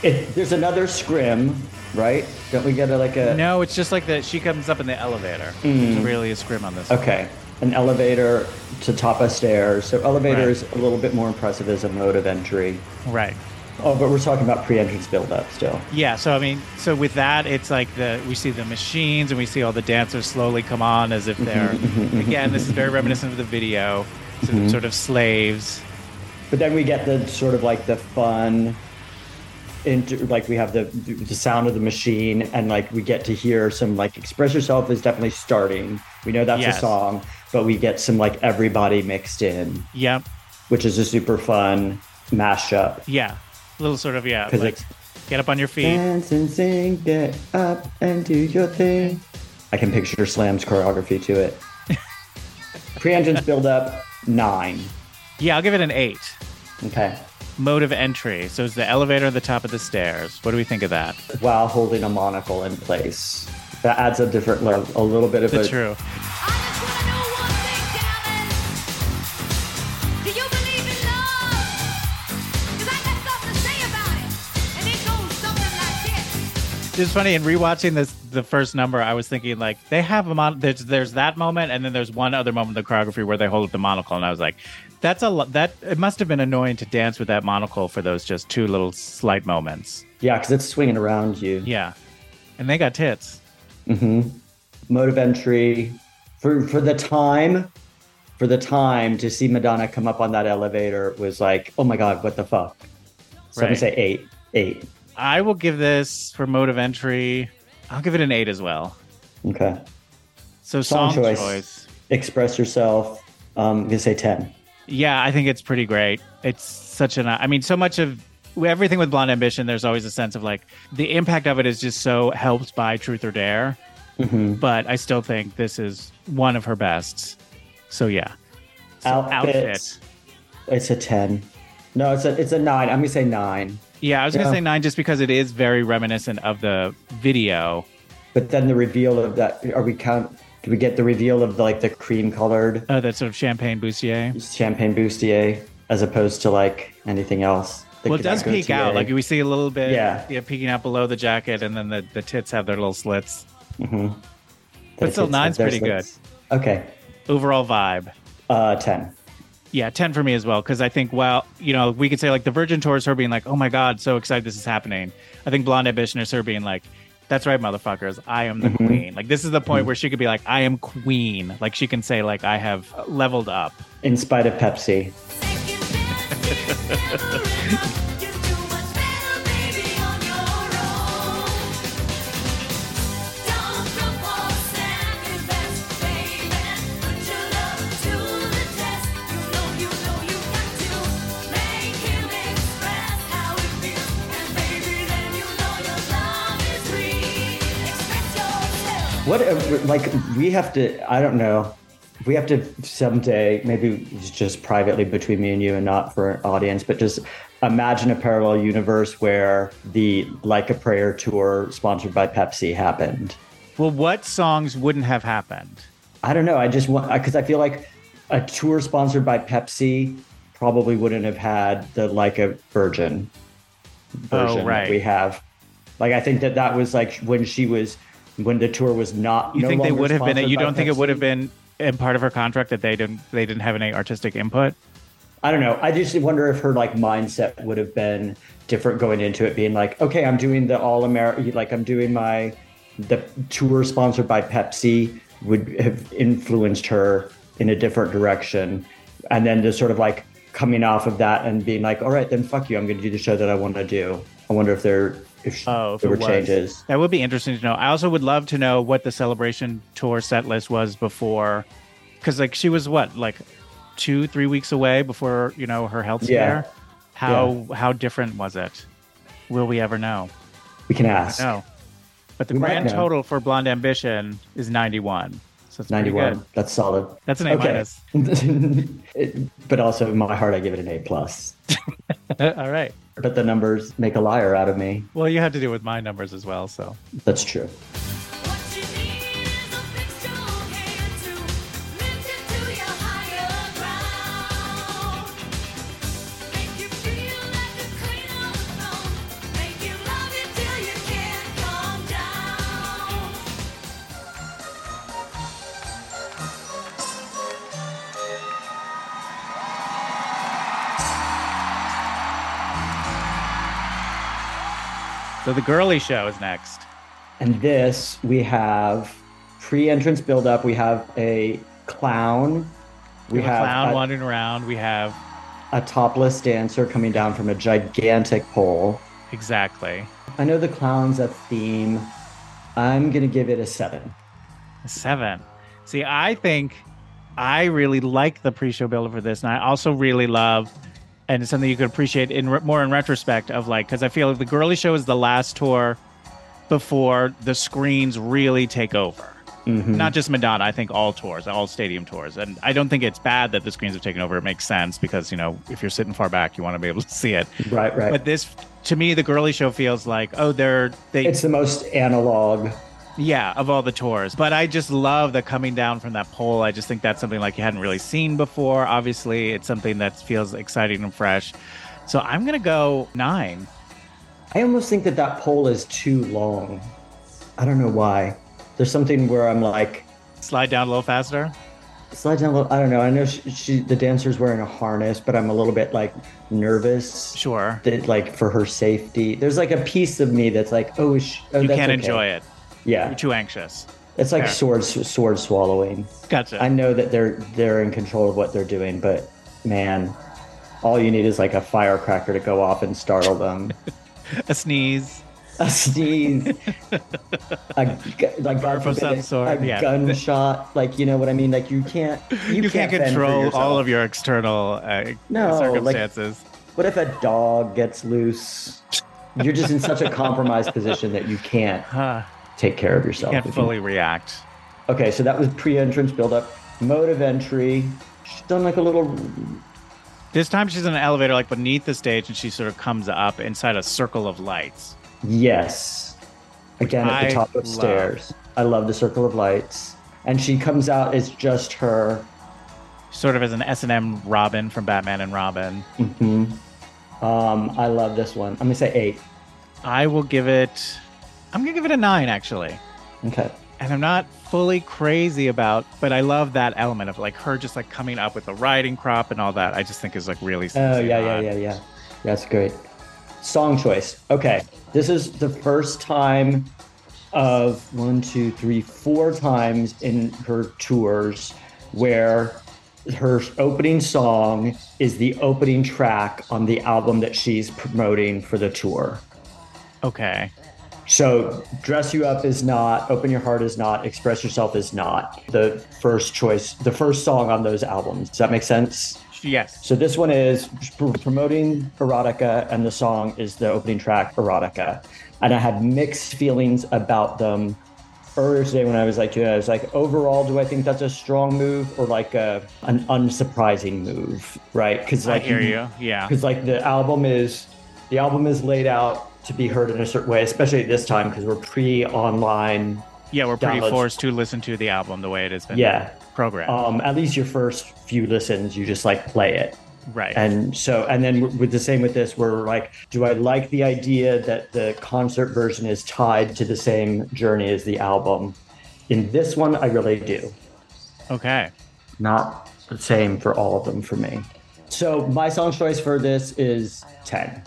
It, there's another scrim, right? Don't we get a, like a
No, it's just like that she comes up in the elevator. It's really a scrim on this. one.
Mm-hmm. Okay. An elevator to top of stairs. So elevator
Right.
is a little bit more impressive as a mode of entry.
Right.
Oh, but we're talking about pre-entrance build-up still.
Yeah, so I mean, so with that, it's like the we see the machines and we see all the dancers slowly come on as if they're
Mm-hmm,
again, this is very reminiscent of the video. So they're sort of slaves.
But then we get the sort of like the fun, inter- like we have the the sound of the machine, and like we get to hear some like "Express Yourself" is definitely starting. We know that's
Yes.
a song, but we get some like everybody mixed in,
Yep.
which is a super fun mashup.
Yeah. Little sort of yeah,
'Cause
like
it's-
get up on your feet.
Dance and sing, get up and do your thing. I can picture Slam's choreography to it. Pre-entrance build up nine.
Yeah, I'll give it an eight.
Okay.
Mode of entry. So it's the elevator at the top of the stairs. What do we think of that?
while holding a monocle in place. That adds a different level, a little bit of
The
a.
true.
Do you believe in love? 'Cause I got something to say about it. And it goes something like this.
It's funny in rewatching this the first number, I was thinking like they have a mon- there's there's that moment and then there's one other moment in the choreography where they hold up the monocle and I was like, that's a lo- that it must have been annoying to dance with that monocle for those just two little slight moments.
Yeah, because it's swinging around you.
Yeah, and they got tits.
Mode of entry for for the time, for the time to see Madonna come up on that elevator was like, oh my god, what the fuck? So I'm gonna
Right.
say eight, eight.
I will give this for mode of entry. I'll give it an eight as well.
Okay.
So song,
Song
choice.
choice. Express yourself. Um, I'm gonna say ten.
Yeah, I think it's pretty great. It's such an, I mean, so much of everything with Blonde Ambition, there's always a sense of like the impact of it is just so helped by Truth or Dare.
Mm-hmm.
But I still think this is one of her best. So yeah. So
Outfits. It's a ten. No, it's a it's a nine. I'm gonna say nine.
Yeah, I was going
Yeah.
to say nine just because it is very reminiscent of the video.
But then the reveal of that. Are we count? Do we get the reveal of like the cream colored?
Uh, that sort of champagne bustier.
champagne bustier as opposed to like anything else. They
Well, it
could
does
go
peek
to E
out.
a-
Like we see a little bit,
Yeah.
peeking out below the jacket, and then the, the tits have their little slits.
that
but still
it's-
nine's
there's
pretty
this- Okay,
Overall vibe.
uh, ten.
Yeah, 10 for me as well. Cause I think, well, you know, we could say like the Virgin Tour is her being like, oh my God, so excited this is happening. I think Blonde Ambition is her being like, that's right, motherfuckers. I am the
Mm-hmm.
queen. Like, this is the point where she could be like, I am queen. Like, she can say, like, I have leveled up.
In spite of Pepsi,
Put your love to the test. You know you
What a- like we have to? I don't know. We have to someday. Maybe it's just privately between me and you, and not for an audience. But just imagine a parallel universe where the Like a Prayer tour, sponsored by Pepsi, happened.
Well, what songs wouldn't have happened?
I don't know. I just want because I feel like a tour sponsored by Pepsi probably wouldn't have had the like a virgin version
Oh, right.
that we have. Like I think that that was like when she was when the tour was not.
You
no
think they
longer
would have been?
sponsored
You
by
don't think it
Pepsi.
would have been in part of her contract that they didn't they didn't have any artistic input?
I don't know. I just wonder if her like mindset would have been different going into it, being like, okay, I'm doing the all America, like I'm doing my the tour sponsored by Pepsi would have influenced her in a different direction, and then just sort of like coming off of that and being like, all right, then fuck you, I'm going to do the show that I want to do. I wonder if there if sh-
Oh, if
there
it
were
was.
changes.
That would be interesting to know. I also would love to know what the celebration tour set list was before, because like she was what like two three weeks away before you know her health
Yeah.
scare. How how different was it? Will we ever know?
We can ask.
No. But the
We might
grand
know.
total for Blonde Ambition is ninety one. So it's ninety one.
91. That's solid.
That's an A minus.
It- but also in my heart, I give it an A plus.
[laughs] All right.
But the numbers make a liar out of me.
Well, you had to do with my numbers as well. So
That's true.
What you need is a big strong hand to lift you to your higher ground. Make you feel like a queen on the throne. Make you love you till you can't come down.
so the girly show is next.
And this we have pre-entrance build-up. We have a clown. We
We
uh,
have a clown
a,
wandering around. We have
a topless dancer coming down from a gigantic pole.
exactly
I know the clown's a theme. I'm gonna give it a seven.
a seven. See, I think I really like the pre-show builder for this, and I also really love, and it's something you could appreciate in re- more in retrospect of like because I feel like the girly show is the last tour before the screens really take over.
Mhm.
Not just Madonna, I think all tours, all stadium tours. And I don't think it's bad that the screens have taken over. It makes sense because, you know, if you're sitting far back, you want to be able to see it.
Right, right.
But this, to me, the girly show feels like, oh, they're, they,
it's the most analog.
yeah, of all the tours. But I just love the coming down from that pole. I just think that's something like you hadn't really seen before. Obviously, it's something that feels exciting and fresh. So I'm going to go nine.
I almost think that that pole is too long. I don't know why. There's something where I'm like,
Slide down a little faster.
slide down a little. I don't know. I know she, she the dancer's wearing a harness, but I'm a little bit like nervous.
Sure.
that like for her safety. There's like a piece of me that's like, oh, sh- oh
you
that's
can't
okay.
enjoy it.
Yeah,
You're too anxious.
it's like
Fair.
sword sword swallowing.
Gotcha.
I know that they're they're in control of what they're doing, but man, all you need is like a firecracker to go off and startle
[laughs]
them.
a sneeze.
a sneeze, a gu- like God
of
forbid,
some sort,
a
yeah.
gunshot. Like you know what I mean? Like you can't you,
You, can't,
fend for
control all
yourself.
of your external uh,
No, like-
circumstances.
What if a dog gets loose? You're just in such a compromised position that you can't
[laughs] huh.
take care of yourself.
Can't
if you-
fully react.
Okay, so that was pre-entrance build-up. Mode of entry. She's done like a little.
This time she's in an elevator, like beneath the stage, and she sort of comes up inside a circle of lights.
Yes. Again, at
I
the top
love.
of stairs. I love the circle of lights. And she comes out as just her.
sort of as an S and M Robin from Batman and Robin.
hmm Um, I love this one. I'm gonna say eight.
I will give it. I'm gonna give it a nine actually,
Okay.
and I'm not fully crazy about, but I love that element of like her just like coming up with the riding crop and all that. I just think is like really.
Oh
sexy
yeah,
and
yeah,
hot.
yeah, yeah. That's great. Song choice. Okay, this is the first time of one, two, three, four times in her tours where her opening song is the opening track on the album that she's promoting for the tour.
Okay.
So, dress you up is not, open your heart is not, express yourself is not the first choice, the first song on those albums. Does that make sense?
Yes.
So this one is pr- promoting erotica, and the song is the opening track, erotica. And I had mixed feelings about them earlier today when I was like, yeah, I was like, overall, do I think that's a strong move or like a, an unsurprising move, right? Because
I
like
hear you. Yeah.
because like the album is the album is laid out to be heard in a certain way, especially this time because we're pre-online.
Yeah, we're pretty
downloads.
forced to listen to the album the way it has been
Yeah.
programmed.
Um, at least your first few listens, you just like play it.
right.
And so, and then w- with the same with this, we're like, do I like the idea that the concert version is tied to the same journey as the album? In this one, I really do.
okay.
Not the same for all of them for me. So my song choice for this is 10.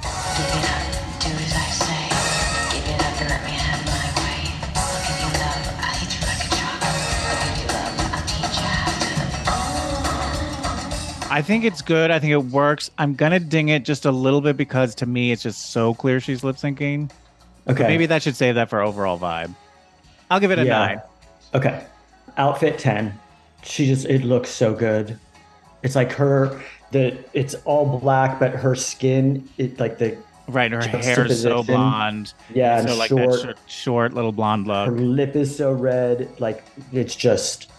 Do as I say. Give it up and let me have my way. I'll give you love, I'll hit you like a truck. I'll give you love, I'll teach you how to.
I think it's good. I think it works. I'm gonna ding it just a little bit because to me it's just so clear she's lip syncing.
Okay.
Maybe that should save that for overall vibe. I'll give it a
Yeah.
nine.
Okay. Outfit 10. She just it looks so good. It's like her the it's all black but her skin it like the
Right, her
Just
hair
a
is so
position.
blonde.
yeah, and
so like
short.
that short, short little blonde
her
look.
lip is so red like it's just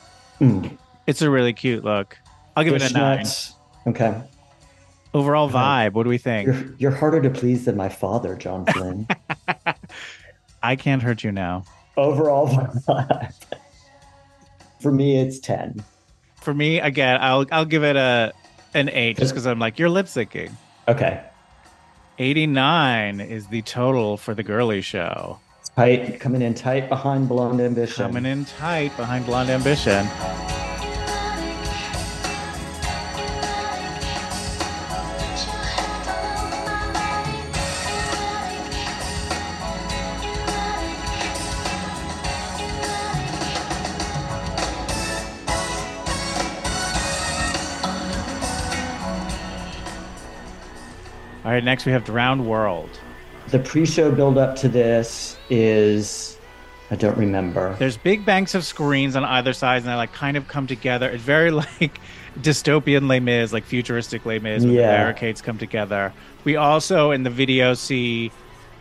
It's a really cute look. I'll give it a nine.
nuts. Okay.
Overall vibe. What do we think?
You're you're harder to please than my
[laughs]
father, John Flynn.
I can't hurt you now.
Overall [laughs] For me it's 10.
For me, again, I'll I'll give it a an eight just because I'm like you're lip syncing.
Okay.
89 is the total for the girly show.
Tight coming in tight behind Blonde Ambition.
Coming in tight behind Blonde Ambition. All right, next we have Drowned World.
The pre-show build up to this is I don't remember.
There's big banks of screens on either side, and they like kind of come together. It's very [laughs] like dystopian Les Mis, like futuristic Les Mis, where the
Yeah.
barricades come together. We also in the video see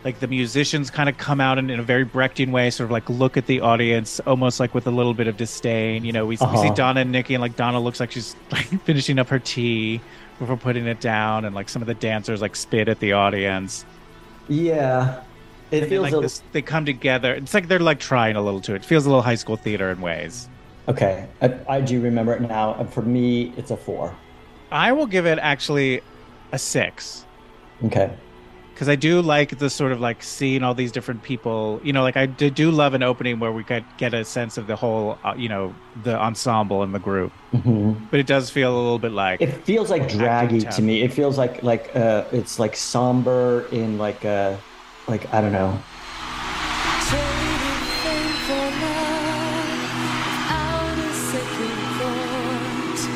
like the musicians kind of come out and in a very Brechtian way, sort of like look at the audience, almost like with a little bit of disdain. You know, we, we see
Uh-huh.
Donna and Nikki, and like Donna looks like she's [laughs] like finishing up her tea before putting it down, and like some of the dancers like spit at the audience.
Yeah.
And
It
then,
feels
like
a-
this, they come together. It's like they're like trying a little too. It feels a little high school theater in ways.
okay. I, I do remember it now. And for me, it's a four.
I will give it actually a six
Okay.
because I do like the sort of like seeing all these different people. You know, like I d- do love an opening where we could get a sense of the whole, uh, you know, the ensemble and the group. But it does feel a little bit like
It feels like draggy
tough.
to me. It feels like like uh, it's like somber in like uh like I don't know.
Trading faith for love without a second thought.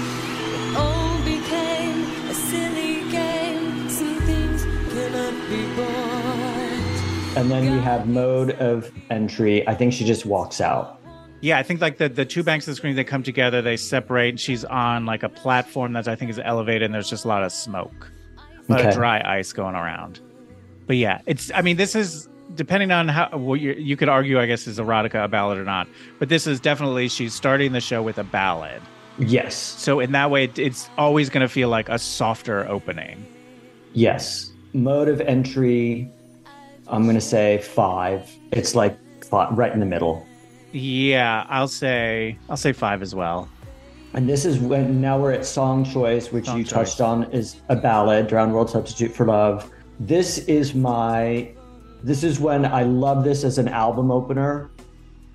It all became a silly game. Some things cannot be bought.
And then we have mode of entry. I think she just walks out.
yeah. I think like the the two banks of the screen they come together, they separate. And she's on like a platform that I think is elevated, and there's just a lot of smoke, a lot of
Okay.
dry ice going around. But yeah, it's. I mean, this is depending on how well you you could argue. I guess is erotica a ballad or not? But this is definitely she's starting the show with a ballad.
Yes.
So in that way, it, it's always going to feel like a softer opening.
Yes. Mode of entry. I'm gonna say five. It's like five, right in the middle.
Yeah, I'll say I'll say five as well.
And this is when now we're at song choice, which
Song
you
choice.
touched on is a ballad, Drowned World Substitute for Love. This is my this is when I love this as an album opener.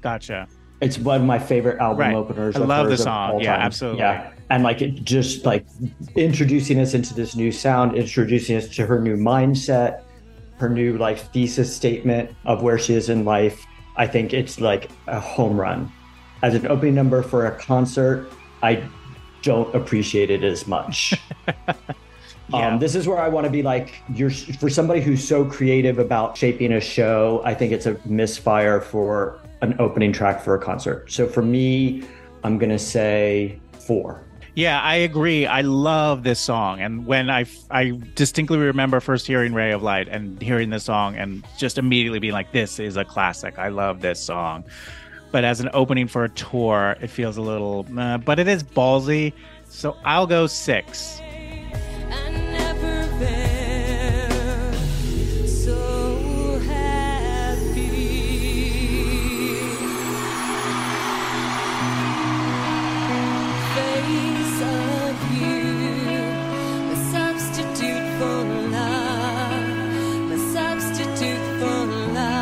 Gotcha.
It's one of my favorite album
Right.
openers.
I
of
love the
hers of
song.
all
Yeah,
time.
absolutely.
Yeah. And like it just like introducing us into this new sound, introducing us to her new mindset, her new like thesis statement of where she is in life. I think it's like a home run. As an opening number for a concert, I don't appreciate it as much. [laughs]
Yeah.
Um, this is where I want to be like you're for somebody who's so creative about shaping a show. I think it's a misfire for an opening track for a concert. So for me, I'm gonna say four.
Yeah, I agree. I love this song. And when I, f- I distinctly remember first hearing Ray of Light and hearing this song and just immediately being like, this is a classic. I love this song. But as an opening for a tour, it feels a little, uh, but it is ballsy. So I'll go six.
I never been so happy. Face of you, a substitute for love, a substitute for love.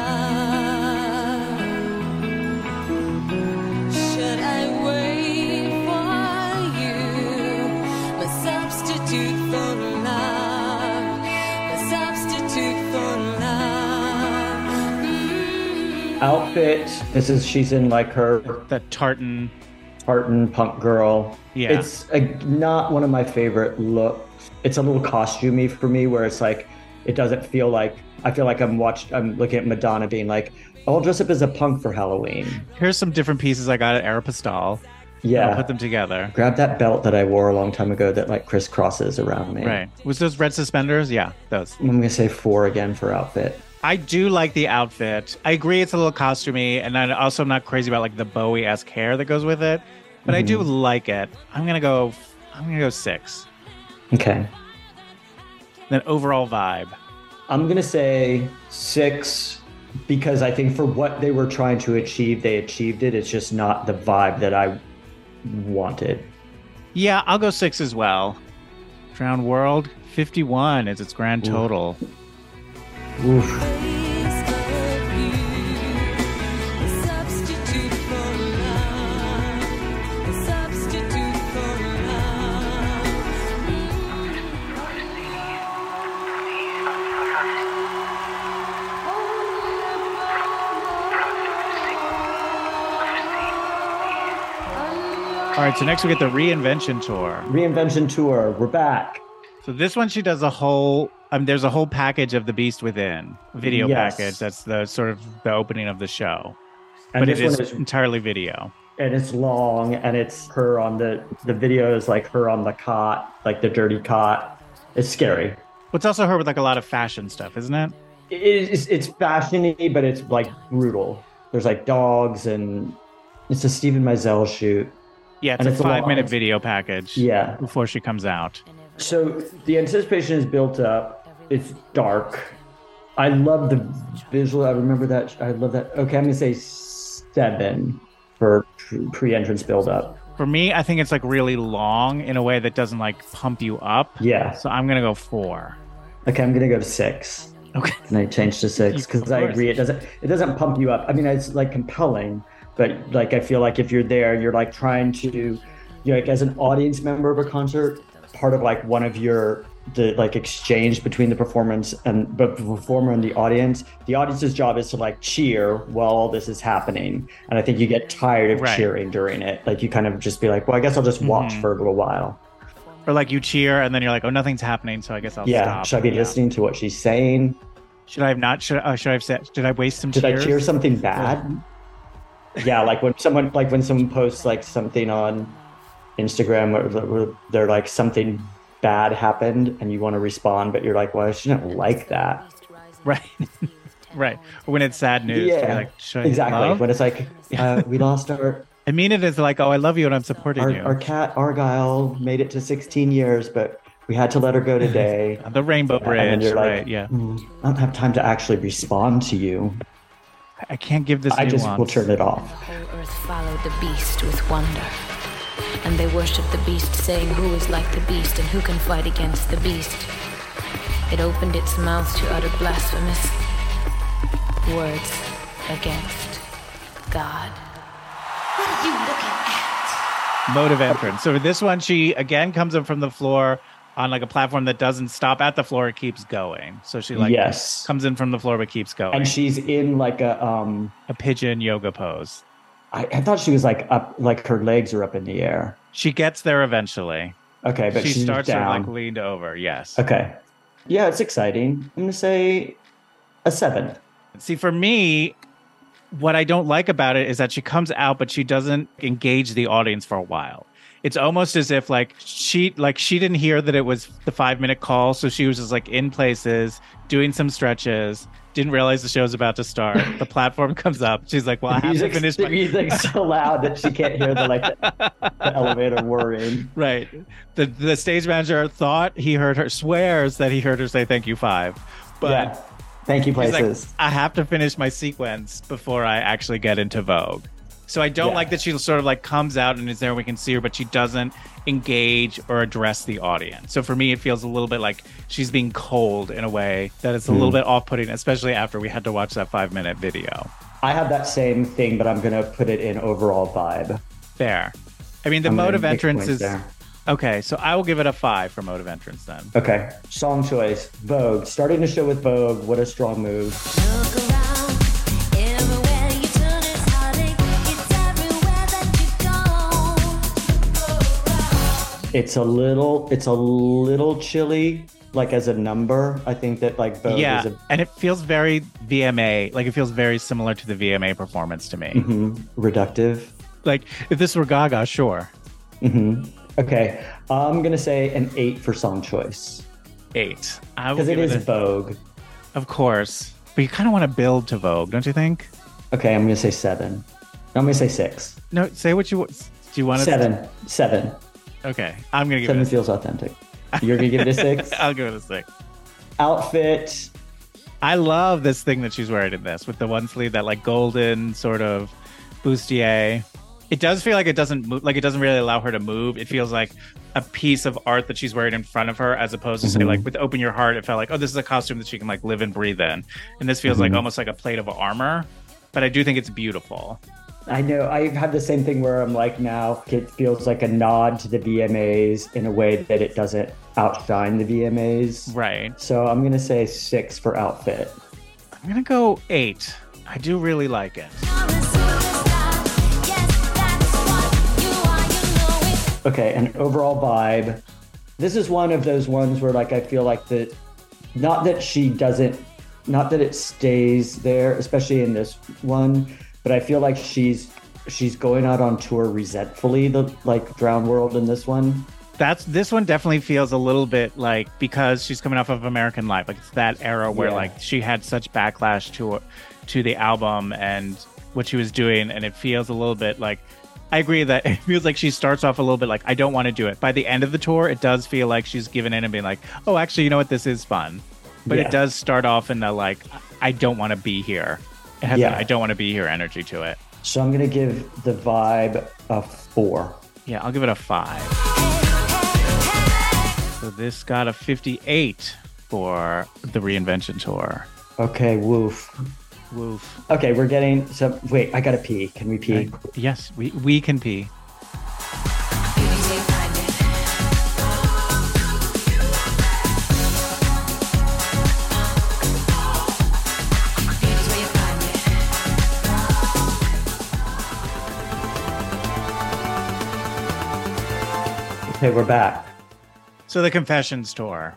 Should I wait for you, a substitute for love, a substitute for love?
Outfit. This is she's in like her
The tartan.
tartan punk girl.
Yeah.
It's a, not one of my favorite looks. It's a little costumey for me where it's like it doesn't feel like I feel like I'm watched I'm looking at Madonna being like, I'll dress up as a punk for Halloween.
Here's some different pieces I got at Aeropostale.
Yeah.
I'll put them together.
Grab that belt that I wore a long time ago that like crisscrosses around me.
Right. Was those red suspenders? Yeah, those.
I'm gonna say four again for outfit.
I do like the outfit. I agree it's a little costumey, and I also am not crazy about like the Bowie esque hair that goes with it, but I
Mm-hmm.
do like it. I'm gonna go. I'm gonna go six.
Okay.
Then overall vibe.
I'm gonna say six because I think for what they were trying to achieve, they achieved it. It's just not the vibe that I wanted.
Yeah, I'll go six as well. Drowned World, 51 is its grand total.
Oof.
All right, so next we get the reinvention tour.
Reinvention tour. We're back.
So this one, she does a whole. Um, there's a whole package of the Beast Within video
Yes.
package. That's the sort of the opening of the show,
And
but
this
it is,
one is
entirely video.
and it's long and it's her on the the video is like her on the cot, like the dirty cot. It's scary.
Well, it's also her with like a lot of fashion stuff, isn't it?
It- It's it's fashiony, but it's like brutal. There's like dogs and it's a Steven Meisel shoot.
Yeah, it's
And
a
it's a lot-
five minute video package.
Yeah.
Before she comes out.
So the anticipation is built up. It's dark. I love the visual. I remember that. I love that. Okay, I'm gonna say seven for pre-entrance build-up.
For me, I think it's like really long in a way that doesn't like pump you up.
Yeah.
So I'm gonna go four.
Okay, I'm gonna go to six.
Okay.
And I changed to six
Of
because I
course.
agree. It doesn't. It doesn't pump you up. I mean, it's like compelling, but like I feel like if you're there, you're like trying to, you know, like as an audience member of a concert, part of like one of your the like exchange between the performance and but the performer and the audience. The audience's job is to like cheer while all this is happening, and I think you get tired of
Right. Mm-hmm.
cheering during it. Like you kind of just be like, well, I guess I'll just watch for a little while.
Or like you cheer and then you're like, oh, nothing's happening, so I guess I'll
yeah.
stop.
Should I be
Yeah.
listening to what she's saying?
Should I have not? Should, uh, should I have said? Did I waste some
Did
cheers?
I cheer something bad? yeah, like when someone like when someone posts like something on Instagram where, where they're like something bad happened and you want to respond, but you're like, well, I shouldn't like that.
[laughs] Right. right. Or when it's sad news. Yeah.
yeah,
Like, should I hit
exactly.
love?
When it's like uh, we lost
[laughs]
our
I mean it is like, oh, I love you and I'm supporting
our,
you.
our cat Argyle made it to 16 years, but we had to let her
[laughs]
go today.
the Rainbow
and
Bridge.
you're like,
right. Yeah.
"Mm, I don't have time to actually respond to you.
I can't give this
I
nuance.
just will turn it off.
The whole earth followed the beast with wonder. And they worshipped the beast, saying, Who is like the beast and who can fight against the beast? It opened its mouth to utter blasphemous words against God.
mode of entrance. So for this one, she again comes up from the floor on like a platform that doesn't stop at the floor; it keeps going. So she like
Yes.
comes in from the floor but keeps going.
And she's in like a um
a pigeon yoga pose.
I, I thought she was like up, like her legs are up in the air.
She gets there eventually.
Okay, but
she
she's
starts sort of,
down.
like leaned over. Yes.
okay, yeah, it's exciting. I'm gonna say a seven.
See, for me, what I don't like about it is that she comes out, but she doesn't engage the audience for a while. it's almost as if like she like she didn't hear that it was the five minute call, so she was just like in places doing some stretches. Didn't realize the show's about to start. The platform comes up. She's like, "Well, I have to
Music's,
finish
the
my
music's so loud that she can't hear the like the,
[laughs]
the elevator whirring.
Right. The the stage manager thought he heard her swears that he heard her say thank you five. But
yeah. Thank you,
he's like,
places.
I have to finish my sequence before I actually get into Vogue. So I don't
Yeah.
like that she sort of like comes out and is there we can see her, but she doesn't engage or address the audience. So for me it feels a little bit like she's being cold in a way that it's a little
Hmm.
bit off putting, especially after we had to watch that five minute video.
I have that same thing, but I'm gonna put it in overall vibe.
Fair. I mean the
I'm gonna
mode of
make
entrance
points
is
there.
Okay, so I will give it a five for mode of entrance then.
Okay. Song choice. Vogue. Starting the show with Vogue. What a strong move.
Look around, everywhere you turn is heartache. It's everywhere that you go.
It's a little it's a little chilly, like as a number. I think that like Vogue
yeah,
is a
and it feels very VMA. Like it feels very similar to the VMA performance to me.
Mm-hmm. reductive.
Like if this were Gaga, sure,
Okay. I'm gonna say an eight for song choice.
eight. I would
Because it
give
is
it a,
Vogue.
of course, but you kind of want to build to Vogue, don't you think?
Okay, I'm gonna say seven. No, I'm gonna say six.
No, say what you wa- do. You want to
Seven. Seven.
Okay, I'm gonna give
Seven
it. A, [laughs]
feels authentic. You're gonna give it a six.
I'll give it a six.
Outfit.
I love this thing that she's wearing in this with the one sleeve that like golden sort of bustier. It does feel like it doesn't move, like it doesn't really allow her to move. It feels like a piece of art that she's wearing in front of her, as opposed to say
Mm-hmm.
like with "Open Your Heart," it felt like oh, this is a costume that she can like live and breathe in, and this feels like
Mm-hmm.
almost like a plate of armor. But I do think it's beautiful.
I know. I have the same thing where I'm like now it feels like a nod to the VMAs in a way that it doesn't outshine the VMAs.
Right.
So I'm gonna say six for outfit.
I'm gonna go eight. I do really like it.
You're a superstar, yes, that's what you are. You know it.
Okay, an overall vibe. This is one of those ones where like I feel like that not that she doesn't not that it stays there, especially in this one, but I feel like she's she's going out on tour resentfully, the like Drown World in this one.
that's this one definitely feels a little bit like because she's coming off of American Life, like it's that era where
Yeah.
like she had such backlash to to the album and what she was doing, and it feels a little bit like I agree that [laughs] it feels like she starts off a little bit like I don't want to do it. By the end of the tour, it does feel like she's given in and being like, oh, actually, you know what, this is fun, but
Yeah.
it does start off in the like I don't want to be here. It has
Yeah.
that I don't want to be here energy to it.
So I'm gonna give the vibe a four.
Yeah, I'll give it a five. So this got a 58 for the reinvention tour.
Okay, woof.
Woof.
Okay, we're getting some. Wait, I gotta pee. Can we pee?
Yes, we, we can pee.
Okay, we're back.
So the confessions tour.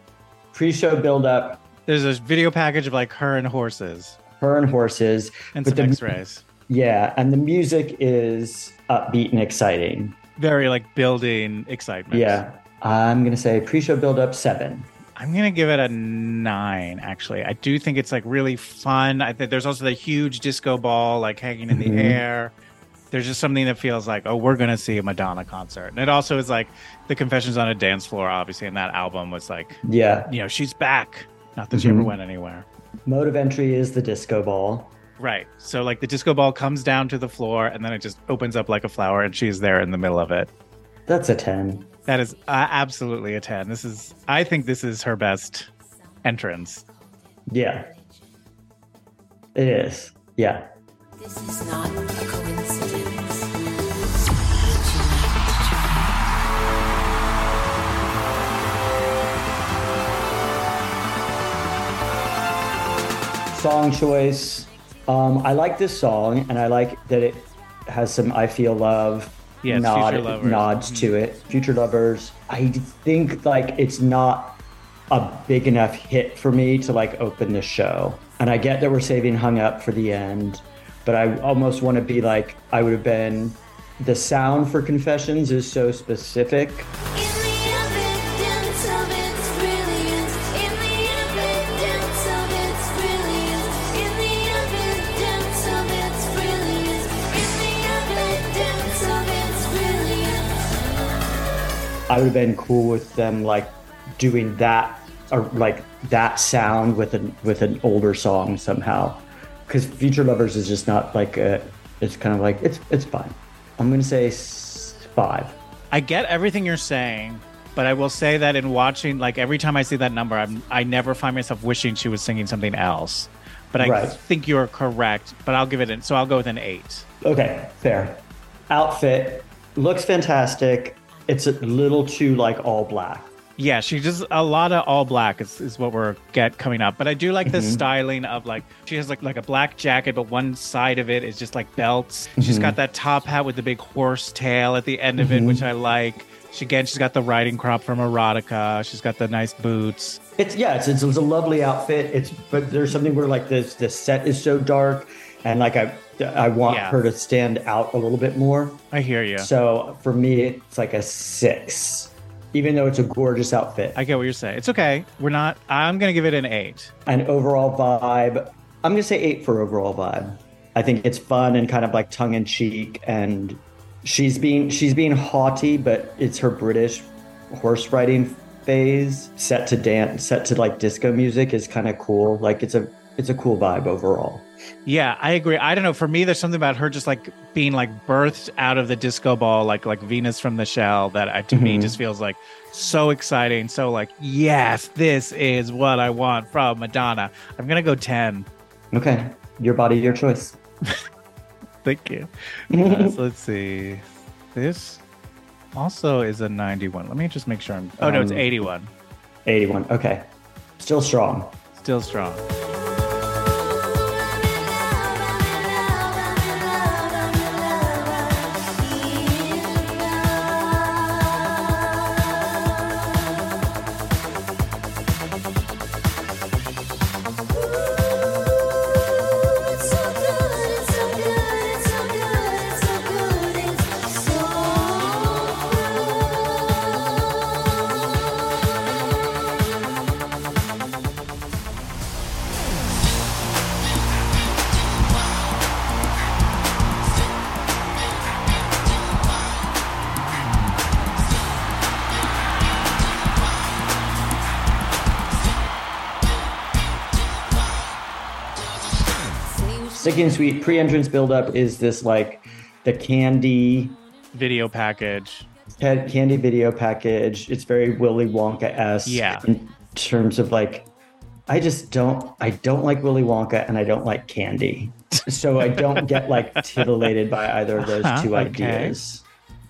Pre-show build-up,
There's a video package of like her and horses
her and horses,
and
but
some
the-
x-rays.
Yeah, and the music is upbeat and exciting.
Very like building excitement.
Yeah, I'm gonna say pre-show build-up seven.
I'm gonna give it a nine. Actually, I do think it's like really fun. I think there's also the huge disco ball like hanging
Mm-hmm.
in the air. There's just something that feels like, oh, we're gonna see a Madonna concert, and it also is like the Confessions on a Dance Floor, obviously, and that album was like,
Yeah,
you know, she's back. Not that she ever went anywhere.
mode of entry is the disco ball.
Right. So like the disco ball comes down to the floor, and then it just opens up like a flower, and she's there in the middle of it.
That's a ten.
That is uh, absolutely a ten. This is, I think, this is her best entrance.
Yeah, it is. Yeah,
This is not a coincidence. Would you like to try?
song choice. Um, I like this song, and I like that it has some "I Feel Love"
Yes,
nod-
Future Lovers. Mm-hmm.
nods to it. Future lovers. I think like it's not a big enough hit for me to like open the show, and I get that we're saving "Hung Up" for the end, but I almost want to be like I would have been the sound for confessions is so specific.
In the evidence of its brilliance, in the evidence of its brilliance, in the evidence of its brilliance, in the evidence of its brilliance.
I would have been cool with them like doing that or like that sound with an with an older song somehow. Because Future Lovers is just not like a, it's kind of like it's it's fine. I'm gonna say s- five.
I get everything you're saying, but I will say that in watching, like every time I see that number, I'm I never find myself wishing she was singing something else. But I
Right.
think you're correct. But I'll give it an so I'll go with an eight.
Okay, fair. Outfit looks fantastic. It's a little too like all black.
Yeah, she just a lot of all black is, is what we're get coming up. But I do like the styling of like she has like like a black jacket, but one side of it is just like belts. She's got that top hat with the big horse tail at the end of it, which I like. She again, she's got the riding crop from Erotica. She's got the nice boots.
It's yeah, it's, it's, it's a lovely outfit. It's but there's something where like this the set is so dark, and like I I want
Yeah.
her to stand out a little bit more.
I hear you.
So for me, it's like a six, even though it's a gorgeous outfit.
I get what you're saying. It's okay. We're not. I'm gonna give it an eight.
An overall vibe, I'm gonna say eight for overall vibe. I think it's fun and kind of like tongue in cheek, and she's being she's being haughty, but it's her British horse riding phase set to dance, set to like disco music is kind of cool. Like it's a it's a cool vibe overall.
Yeah, I agree. I don't know. For me, there's something about her just like being like birthed out of the disco ball, like like Venus from the shell. That I, to me just feels like so exciting. So like, yes, this is what I want from Madonna. I'm gonna go ten.
Okay, your body, your choice.
Thank [laughs] you. Uh, so let's see. This also is a 91. Let me just make sure I'm. Oh no, it's
Um,
81.
81. Okay, still strong.
Still strong.
I'm in love, I'm in love, I'm in love, I'm in love, I'm in love. It's so good, it's so good, it's so good, it's so good, it's so
Sticky and sweet pre-entrance buildup is this like the candy
Video package.
ca- candy video package. It's very Willy Wonka esque.
Yeah.
In terms of like, I just don't. I don't like Willy Wonka, and I don't like candy. So I don't
[laughs]
get like titillated by either of those two
Okay.
ideas.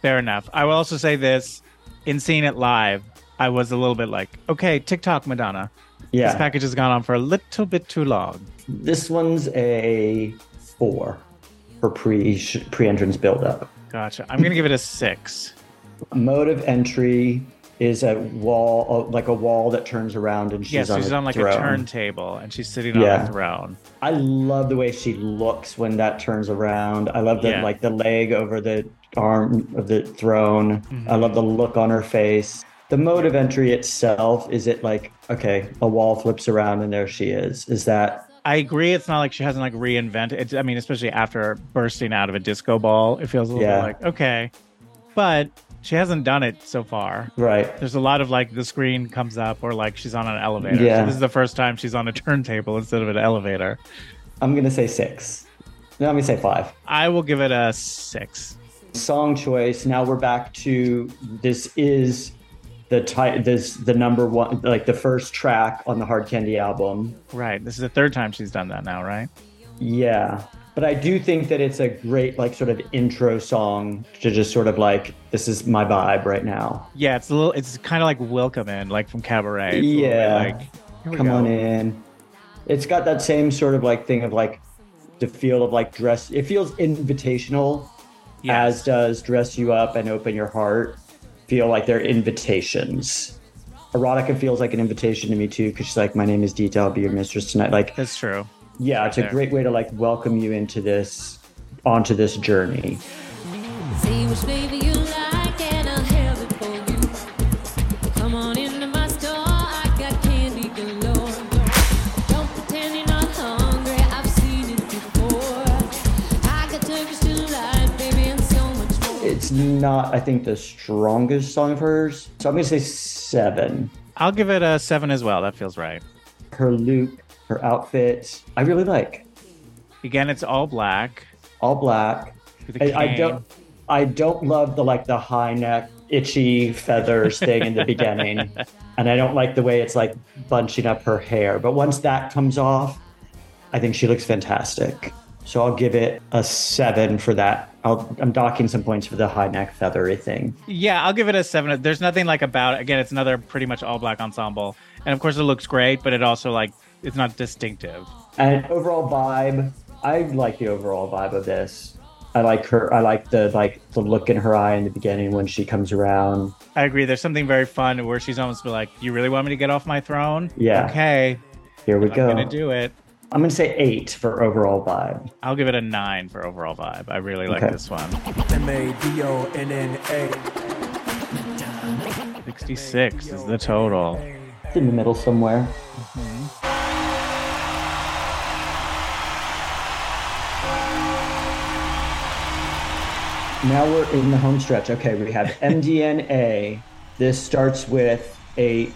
Fair enough. I will also say this: in seeing it live, I was a little bit like, okay, TikTok Madonna.
Yeah.
This package has gone on for a little bit too long.
this one's a four for pre sh- pre-entrance buildup.
Gotcha. I'm gonna give it a
[laughs]
six.
Mode of entry is a wall, like a wall that turns around, and she's
Yes,
on
she's
a
on like a
throne.
turntable and she's sitting on
Yeah.
a throne.
I love the way she looks when that turns around. I love the
Yeah.
like the leg over the arm of the throne. I love the look on her face. The mode of entry itself is it like okay, a wall flips around and there she is. Is that
I agree. It's not like she hasn't like reinvented. It's, I mean, especially after bursting out of a disco ball, it feels a little
Yeah.
bit like okay, but she hasn't done it so far.
right?
There's a lot of like the screen comes up or like she's on an elevator.
Yeah.
So this is the first time she's on a [laughs] turntable instead of an elevator.
I'm gonna say six. No, I'm gonna say five.
I will give it a six.
Song choice. Now we're back to this is the type this the number one like the first track on the Hard Candy album.
Right. This is the third time she's done that now, right?
Yeah. But I do think that it's a great, like, sort of intro song to just sort of like, this is my vibe right now.
Yeah, it's a little. It's kind of like welcome in, like from Cabaret. It's a little bit
Yeah.
like here we
Come
go.
on in. It's got that same sort of like thing of like the feel of like dress. It feels invitational, as does dress you up and open your heart. Feel like they're invitations. Erotica feels like an invitation to me too, because she's like, my name is Dita, I'll be your mistress tonight. Like,
That's true.
yeah, it's a
there.
great way to like welcome you into this, onto this journey.
It's See which flavor you like, and I'll have it for you. Come on into my store, I got candy galore. Don't pretend you're not hungry, I've seen it before. I got Turkish delight, baby, and so much more.
It's not, I think, the strongest song of hers. So I'm going to say seven.
I'll give it a seven as well. That feels right.
Her look, her outfit, I really like.
Again, it's all black.
All black.
With
I,
a
I
cane.
don't. I don't love the like the high neck, itchy feathers thing in the beginning, and I don't like the way it's like bunching up her hair. But once that comes off, I think she looks fantastic. So I'll give it a seven for that. I'll, I'm docking some points for the high neck feathery thing.
Yeah, I'll give it a seven. There's nothing like about it. Again, it's another pretty much all black ensemble. And of course, it looks great, but it also like it's not distinctive.
And overall vibe, I like the overall vibe of this. I like her. I like the like the look in her eye in the beginning when she comes around.
I agree. There's something very fun where she's almost be like, "You really want me to get off my throne?
Yeah.
Okay,
Here we
I'm
go.
gonna do it."
I'm gonna say eight for overall vibe.
I'll give it a nine for overall vibe. I really like
Okay.
this one.
M-A-D-O-N-N-A.
66 is the total.
in the middle somewhere. Mm-hmm. Now we're in the home stretch. Okay,
[laughs]
we have MDNA. this starts with a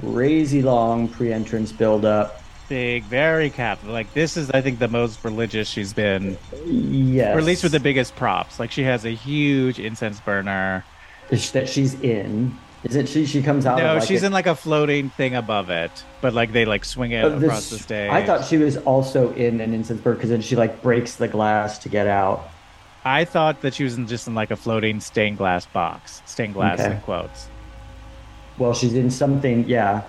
crazy long pre-entrance build-up.
Big, very capital. Like this is, I think, the most religious she's been,
Yes,
or at least with the biggest props. Like she has a huge incense burner.
Is that she's in. Isn't she? She comes out.
No,
of like
she's
a-
in like a floating thing above it, but like they like swing it
Oh, this-
across the stage.
I thought she was also in an incense burner because then she like breaks the glass to get out.
I thought that she was in just in like a floating stained glass box, stained glass
Okay.
in quotes.
Well, she's in something. Yeah,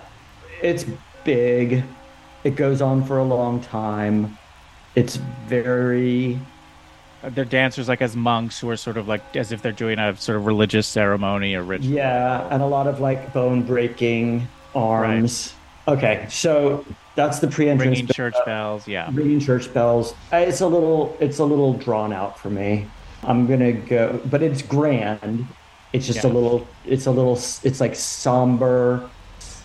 it's big. It goes on for a long time. It's very
They're dancers like as monks who are sort of like as if they're doing a sort of religious ceremony or ritual.
yeah, and a lot of like bone breaking arms. Okay, so that's the pre-entrance.
ringing
bit-
church bells. Yeah,
ringing church bells. Uh, It's a little. It's a little drawn out for me. I'm gonna go, but it's grand. It's just a
Yeah.
little. It's a little. s- It's like somber.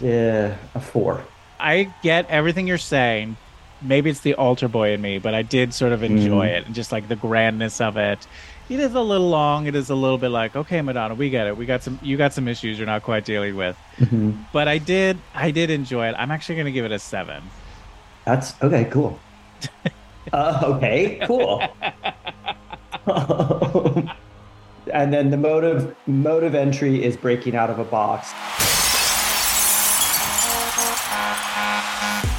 Uh, a four.
I get everything you're saying. Maybe it's the altar boy in me, but I did sort of enjoy
Mm-hmm.
it and just like the grandness of it. It is a little long. It is a little bit like, okay, Madonna, we get it. We got some. You got some issues you're not quite dealing with.
Mm-hmm.
But I did. I did enjoy it. I'm actually going to give it a seven.
That's okay. Cool. uh, okay. Cool. [laughs] and then the motive motive entry is breaking out of a box.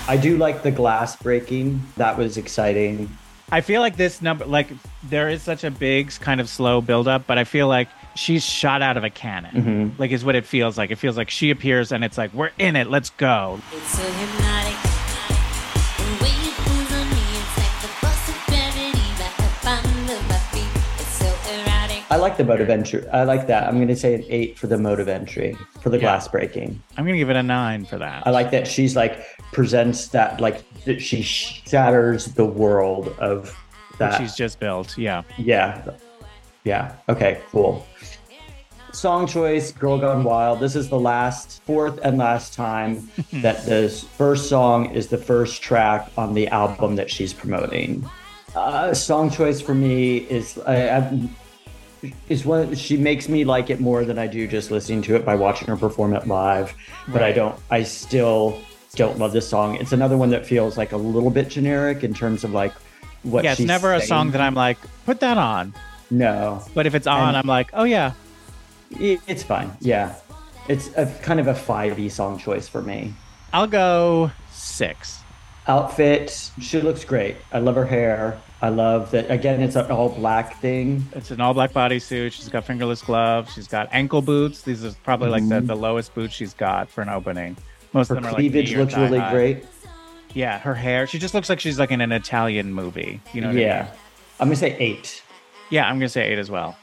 I do like the glass breaking. That was exciting.
I feel like this number, like there is such a big kind of slow buildup, but I feel like she's shot out of a cannon.
Mm-hmm.
Like is what it feels like. It feels like she appears and it's like we're in it. Let's go.
It's so hypnotic. The way it pulls on me, it's like the force of gravity right up under my feet. It's so erotic.
I like the motive entry. I like that. I'm going to say an eight for the motive entry for the
Yeah.
glass breaking.
I'm going to give it a nine for that.
I like that she's like presents that like that she shatters the world of that.
She's just built. Yeah.
Yeah. Yeah. Okay, cool. Song choice, Girl Gone Wild. This is the last, fourth and
[laughs]
last time that this first song is the first track on the album that she's promoting. Uh, song choice for me is I, I, is one she makes me like it more than I do just listening to it by watching her perform it live. But I don't. I still don't love this song. It's another one that feels like a little bit generic in terms of like what.
yeah, it's
she's
never a
saying.
song that I'm like, put that on.
No,
But if it's on,
And-
I'm like, oh yeah,
I- It's fine. Yeah. It's a kind of a 5e song choice for me.
I'll go six.
Outfit, she looks great. I love her hair. I love that. Again, it's an all black thing.
It's an all black bodysuit. She's got fingerless gloves. She's got ankle boots. These are probably like the, the lowest boots she's got for an opening. Most
Mm-hmm. Her
of them are like
cleavage
knee or
looks
thigh
really
high.
great.
Yeah, her hair. She just looks like she's like in an Italian movie. You know? What I mean?
Yeah. I'm going to say eight.
Yeah, I'm gonna say eight as well.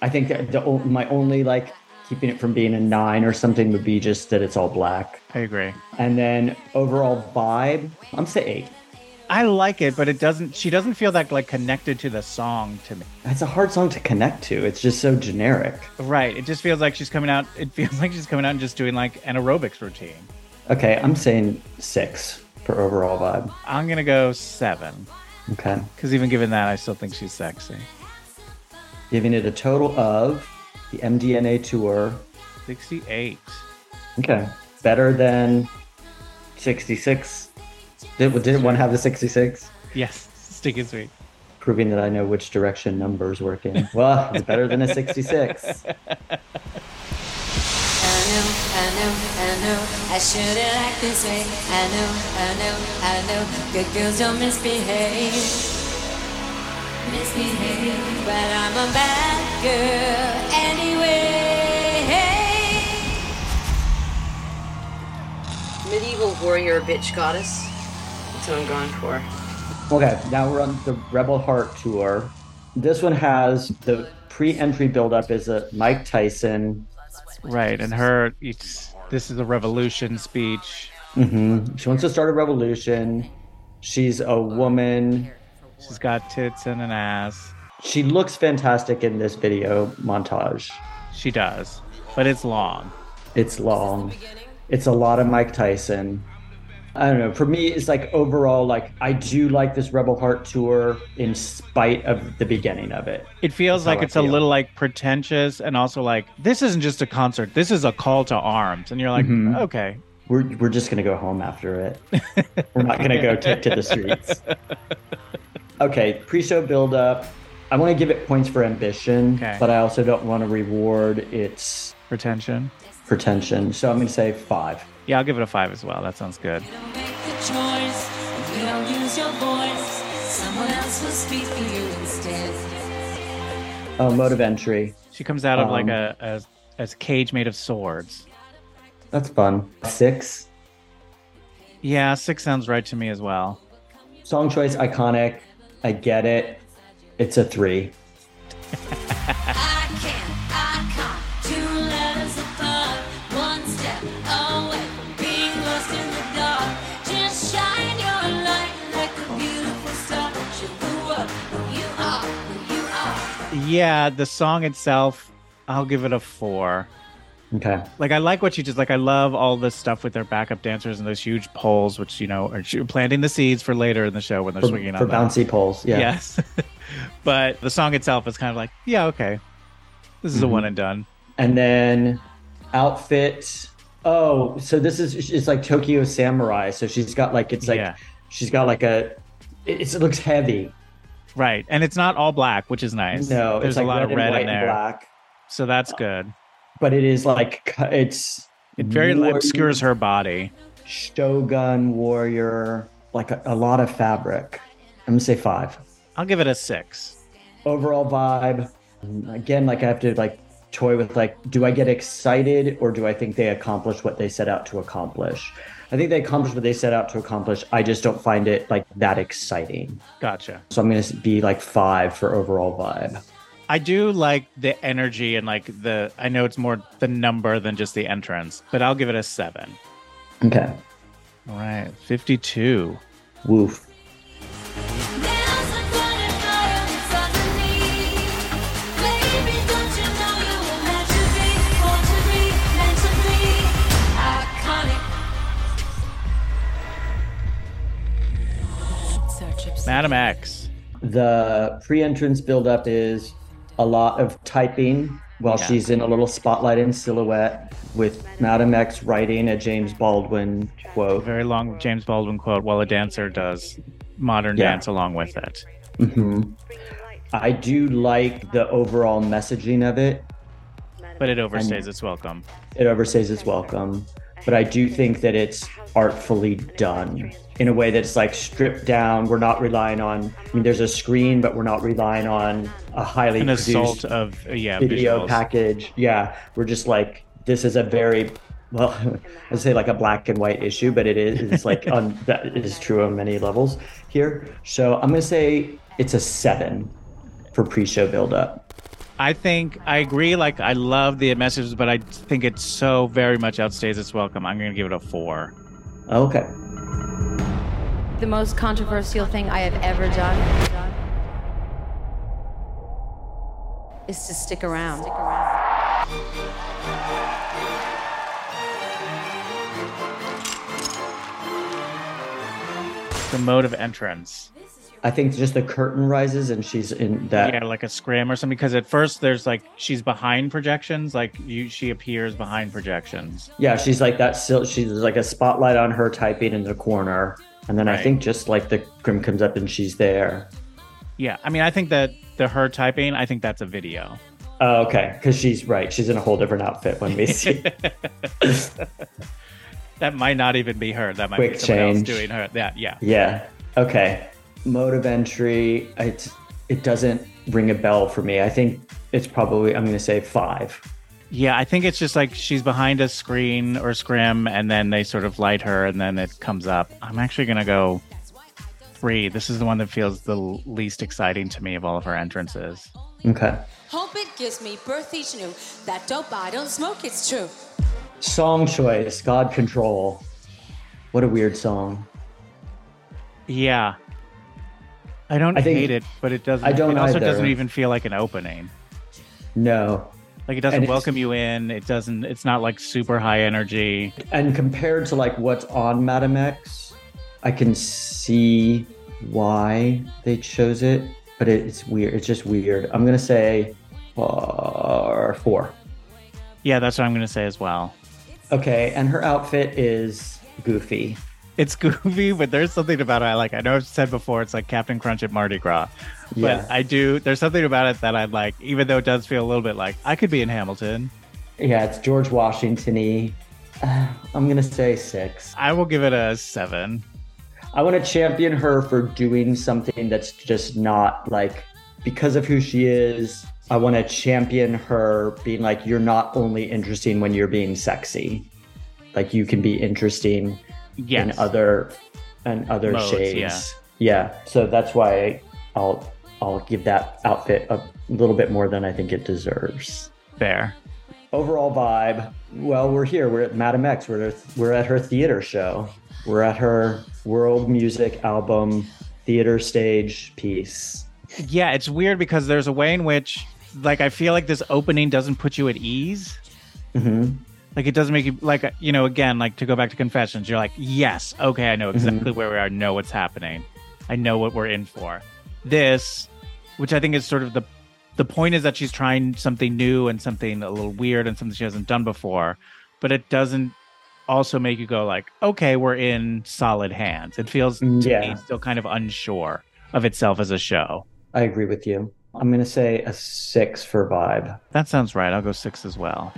I think that the, o- my only like keeping it from being a nine or something would be just that it's all black.
I agree.
And then overall vibe, I'm going to say eight.
I like it, but it doesn't. She doesn't feel that like connected to the song to me.
It's a hard song to connect to. It's just so generic.
Right. It just feels like she's coming out. It [laughs] feels like she's coming out and just doing like an aerobics routine.
Okay, I'm saying six for overall vibe.
I'm gonna go seven
Okay.
because even given that, I still think she's sexy.
Giving it a total of the MDNA tour.
Sixty-eight.
Okay. Better than 66. Did, didn't one have the 66?
Yes, sticky sweet.
Proving that I know which direction numbers work in. Well, it's better than a 66.
I know, I know, I know, I shouldn't act this way. I know, I know, I know, good girls don't misbehave. Misbehave, but I'm a bad girl anyway.
Medieval warrior, bitch goddess. That's what I'm going for.
Okay, now we're on the Rebel Heart tour. This one has the pre-entry buildup is a Mike Tyson.
Right, and her. It's, this is a revolution speech.
She wants to start a revolution. She's a woman.
She's got tits and an ass.
She looks fantastic in this video montage.
She does, but it's long.
It's long. It's a lot of Mike Tyson. I don't know. For me, it's like overall, like I do like this Rebel Heart tour in spite of the beginning of it.
It feels like
I
it's a
feel.
little like pretentious and also like this isn't just a concert. This is a call to arms. And you're like, okay.
We're we're just gonna go home after it. we're not gonna go take to the streets. Okay, pre-show build-up. I want to give it points for ambition,
Okay.
but I also don't want to reward its
Pretension.
pretension. So I'm gonna say five.
Yeah, I'll give it a five as well. That sounds good.
You don't make the choice, you don't use your voice. Someone else will speak for you instead.
Oh, mode of entry.
She comes out of like
Um,
a, a a cage made of swords.
That's fun. Six.
Yeah, six sounds right to me as well.
Song choice iconic. I get it. It's a three.
I can't, I can't. Two letters apart, one step away, being lost in the dark. Just shine your light like a beautiful star. Show the world who you are, who you are.
Yeah, the song itself, I'll give it a four.
Okay.
Like I like what she does. Like I love all this stuff with their backup dancers and those huge poles, which you know are sh- planting the seeds for later in the show when they're
For,
swinging
for
on them.
bouncy poles. Yeah.
Yes, [laughs] but the song itself is kind of like, yeah, okay, this
Mm-hmm.
is a one and done.
And then outfit. Oh, so this is it's like Tokyo Samurai. So she's got like it's like
Yeah.
she's got like a it, it's- it looks heavy.
Right. And it's not all black, which is nice.
No,
there's
it's like
a lot of
red
red
and white
in there.
and black.
So that's good.
But it is like cu- it's
It very
warrior,
obscures her body.
Shogun warrior, like a, a lot of fabric. I'm gonna say five.
I'll give it a six.
overall vibe again like i have to like toy with like do i get excited or do i think they accomplish what they set out to accomplish i think they accomplished what they set out to accomplish i just don't find it like that exciting
Gotcha.
so i'm gonna be like five for overall vibe
I do like the energy and like the, I know it's more the number than just the entrance, but I'll give it a seven.
okay
All right. 52.
woof
There's a burning fire inside of me. Baby, don't you know you were meant to be, born to be, meant to be iconic.
Madam X.
the pre-entrance buildup is a lot of typing while
Yeah.
she's in a little spotlight and silhouette with madam x writing a james baldwin quote
Very long James Baldwin quote while a dancer does modern
Yeah.
dance along with it.
I do like the overall messaging of it.
But it overstays its welcome.
It overstays its welcome, but I do think that it's artfully done in a way that's like stripped down. We're not relying on, I mean, there's a screen, but we're not relying on a highly
An assault
produced
of, uh, yeah,
video
visuals.
package. Yeah, we're just like, this is a very, well, [laughs] I'd say like a black and white issue, but it is it's like on, [laughs] that is true on many levels here. So I'm going to say it's a seven for pre show buildup.
I think I agree. Like I love the messages, but I think it so very much outstays its welcome. I'm going to give it a four.
Okay.
the most controversial thing I have ever done is to stick around.
The mode of entrance.
I think just the curtain rises and she's in that.
Yeah, like a scrim or something. Because at first there's like she's behind projections, like you she appears behind projections.
Yeah, she's like that. Sil- she's like a spotlight on her typing in the corner, and then I
Right.
think just like the grim comes up and she's there.
Yeah. I mean I think that the her typing, I think that's a video.
Oh, okay, because she's right. She's in a whole different outfit when
[laughs]
we see. [laughs]
That might not even be her. That might be
Quick
someone else
change.
doing her. That yeah.
yeah. Okay. Mode of entry. It it doesn't ring a bell for me. I think it's probably I'm going to say five.
Yeah, I think it's just like she's behind a screen or scrim, and then they sort of light her, and then it comes up. I'm actually gonna go three. This is the one that feels the l- least exciting to me of all of her entrances.
Okay.
Hope it gives me birth each new. That dope I don't smoke, it's true.
Song choice. God control. What a weird song.
Yeah, I don't
I think-
hate it, but it doesn't.
I don't
it also
either.
doesn't even feel like an opening.
No.
Like it doesn't
And it's-
welcome you in. It doesn't. It's not like super high energy.
And compared to like what's on Madam X, I can see why they chose it, but it, it's weird. It's just weird. I'm gonna say uh, four.
Yeah, that's what I'm gonna say as well.
Okay, and her outfit is goofy.
it's [laughs] goofy, but there's something about it I like. I know I've said before, it's like Captain Crunch at Mardi Gras,
Yeah.
but I do. There's something about it that I like, even though it does feel a little bit like I could be in Hamilton.
Yeah, it's George Washington-y. [sighs] Uh, I'm gonna say six.
I will give it a seven.
I want to champion her for doing something that's just not like because of who she is. I want to champion her being like, you're not only interesting when you're being sexy, like you can be interesting
Yes,
in other and other
Modes,
shades. Yeah. So that's why I'll I'll give that outfit a little bit more than I think it deserves.
fair.
Overall vibe. Well, we're here. We're at Madame X. We're at, we're at her theater show. We're at her world music album theater stage piece.
Yeah, it's weird because there's a way in which, like, I feel like this opening doesn't put you at ease.
hmm
Like it doesn't make you like you know again like to go back to confessions. You're like yes, okay, I know exactly where we are. I know what's happening. I know what we're in for. This, which I think is sort of the the point is that she's trying something new and something a little weird and something she hasn't done before, but it doesn't also make you go like okay, we're in solid hands. It feels to
Yeah.
me still kind of unsure of itself as a show.
I agree with you. I'm gonna say a six for vibe.
That sounds right. I'll go six as well.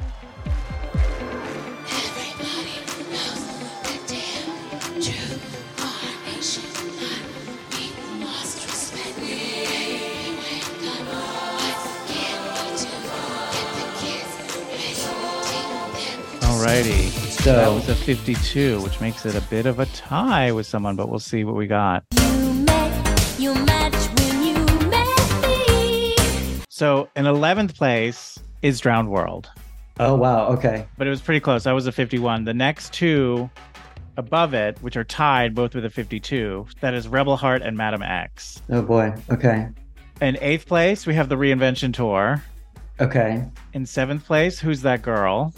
Alrighty. That
So
was a 52, which makes it a bit of a tie with someone, but we'll see what we got.
You match when you met me.
So, in 11th place is Drowned World,
oh wow, okay.
but it was pretty close. That was a 51. The next two above it, which are tied both with a 52, that is Rebel Heart and Madam X.
Oh boy. Okay.
In eighth place, we have the Reinvention Tour.
Okay.
In seventh place, Who's That Girl?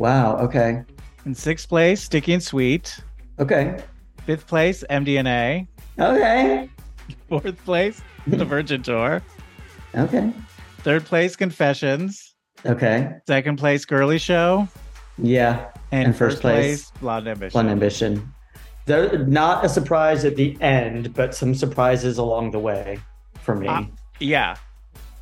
Wow. Okay.
In sixth place, Sticky and Sweet.
Okay.
Fifth place, MDNA.
Okay.
Fourth place, [laughs] The Virgin Tour.
Okay.
Third place, Confessions.
Okay.
Second place, Girly Show.
Yeah.
And,
And
first,
first
place,
place,
Blonde Ambition.
Fun ambition. There, not a surprise at the end, but some surprises along the way for me.
Uh, Yeah.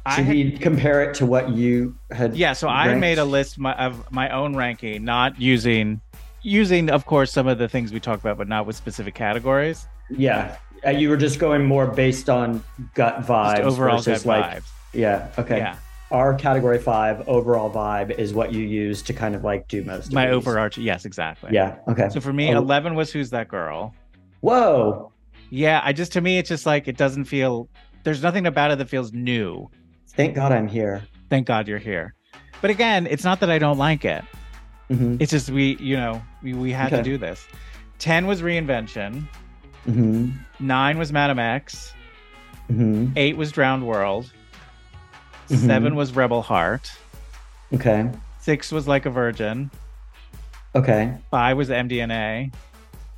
I
Should
had-
we compare it to what you had?
yeah, so I
ranked?
made a list my, of my own ranking, not using using of course some of the things we talked about but not with specific categories.
Yeah, Uh, you were just going more based on gut vibes
Just overall
versus
good
like
vibes.
yeah, okay.
Yeah.
Our category five overall vibe is what you use to kind of like do most. of
My
these.
overarching yes, exactly.
Yeah. Okay.
So for me,
Oh.
11 was who's that girl?
Whoa.
Yeah, I just to me it's just like it doesn't feel there's nothing about it that feels new.
Thank God I'm here.
Thank God you're here. But again, it's not that I don't like it.
Mhm.
It's just we, you know, we, we had to
Okay.
do this. 10 was reinvention.
mm-hmm,
Nine was Madam X. Eight was Drowned World.
Mm-hmm.
Seven was Rebel Heart.
Okay.
Six was Like a Virgin.
Okay.
Five was MDNA.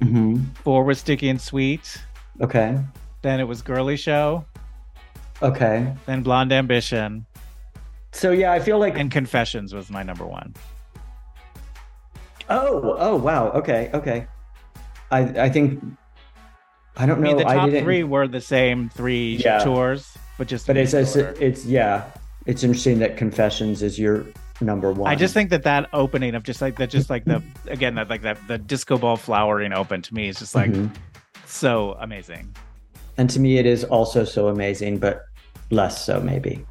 hmm
Four was Sticky and Sweet.
Okay.
Then it was Girly Show.
Okay.
Then Blonde Ambition.
So yeah, I feel like
And Confessions was my number one.
oh oh wow okay okay. I I think I don't
I mean,
know.
the top
didn't,
three were the same three
Yeah.
tours, but just.
but
in
it's it's,
order.
it's yeah. It's interesting that Confessions is your number one.
I just think that that opening of just like that, just like the again that like that the disco ball flowering open to me is just like
Mhm.
so amazing.
and to me it is also so amazing, but less so maybe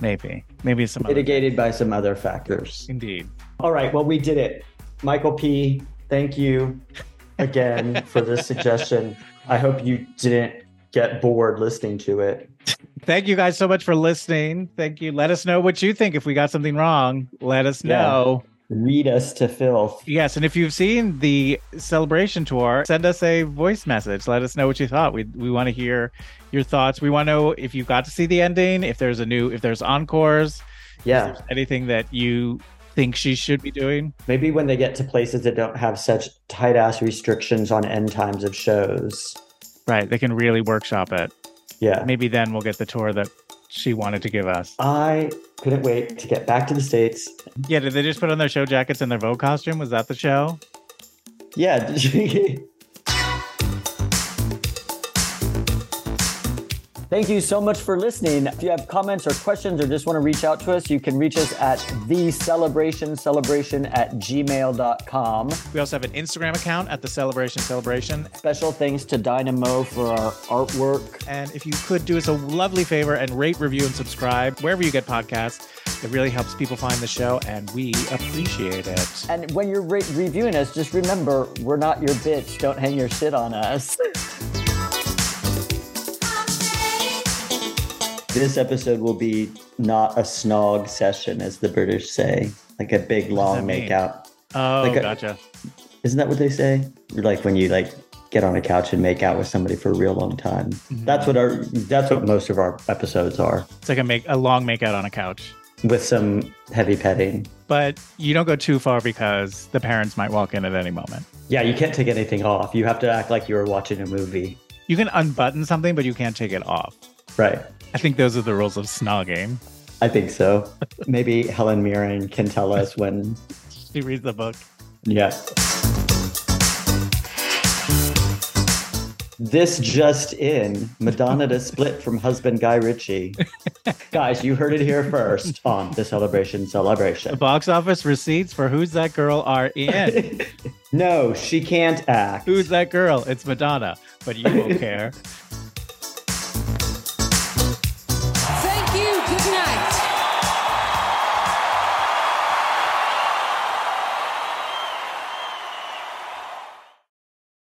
Maybe maybe some other.
mitigated by some other factors.
Indeed.
All right, well we did it, Michael P. Thank you
[laughs]
again for this suggestion. I hope you didn't get bored listening to it.
Thank you guys so much for listening. Thank you. Let us know what you think. If we got something wrong, let us
Yeah.
know.
Read us to filth.
Yes, and if you've seen the celebration tour, send us a voice message. Let us know what you thought. We we want to hear your thoughts. We want to know if you got to see the ending, if there's a new, if there's encores,
Yeah.
anything that you think she should be doing.
Maybe when they get to places that don't have such tight ass restrictions on end times of shows.
Right, they can really workshop it.
Yeah.
Maybe then we'll get the tour that she wanted to give us.
I couldn't wait to get back to the States.
Yeah, did they just put on their show jackets and their Vogue costume? Was that the show?
Yeah. Thank you so much for listening. If you have comments or questions or just want to reach out to us, you can reach us at the celebration celebration at gmail.com.
We also have an Instagram account at the Celebration Celebration.
Special thanks to Dynamo for our artwork.
And if you could do us a lovely favor and rate, review, and subscribe wherever you get podcasts, it really helps people find the show, and we appreciate it.
And when you're re- reviewing us, just remember we're not your bitch. Don't hang your shit on us. This episode will be not a snog session, as the British say, like a big long
that mean?
makeout.
Oh,
Like a-
gotcha.
Isn't that what they say? Like when you like get on a couch and make out with somebody for a real long time.
Mm-hmm.
That's what our that's what most of our episodes are,
It's like a make a long makeout on a couch,
with some heavy petting.
but you don't go too far because the parents might walk in at any moment.
Yeah, you can't take anything off. You have to act like you were watching a movie.
You can unbutton something, but you can't take it off.
Right.
I think those are the rules of snogging.
I think so. Maybe Helen Mirren can tell us when.
She reads the book.
Yes. This just in Madonna to split from husband Guy Ritchie. Guys, you heard it here first on the celebration
The
celebration.
box office receipts for Who's That Girl are in.
No, she can't act.
Who's That Girl? It's Madonna, but you won't care.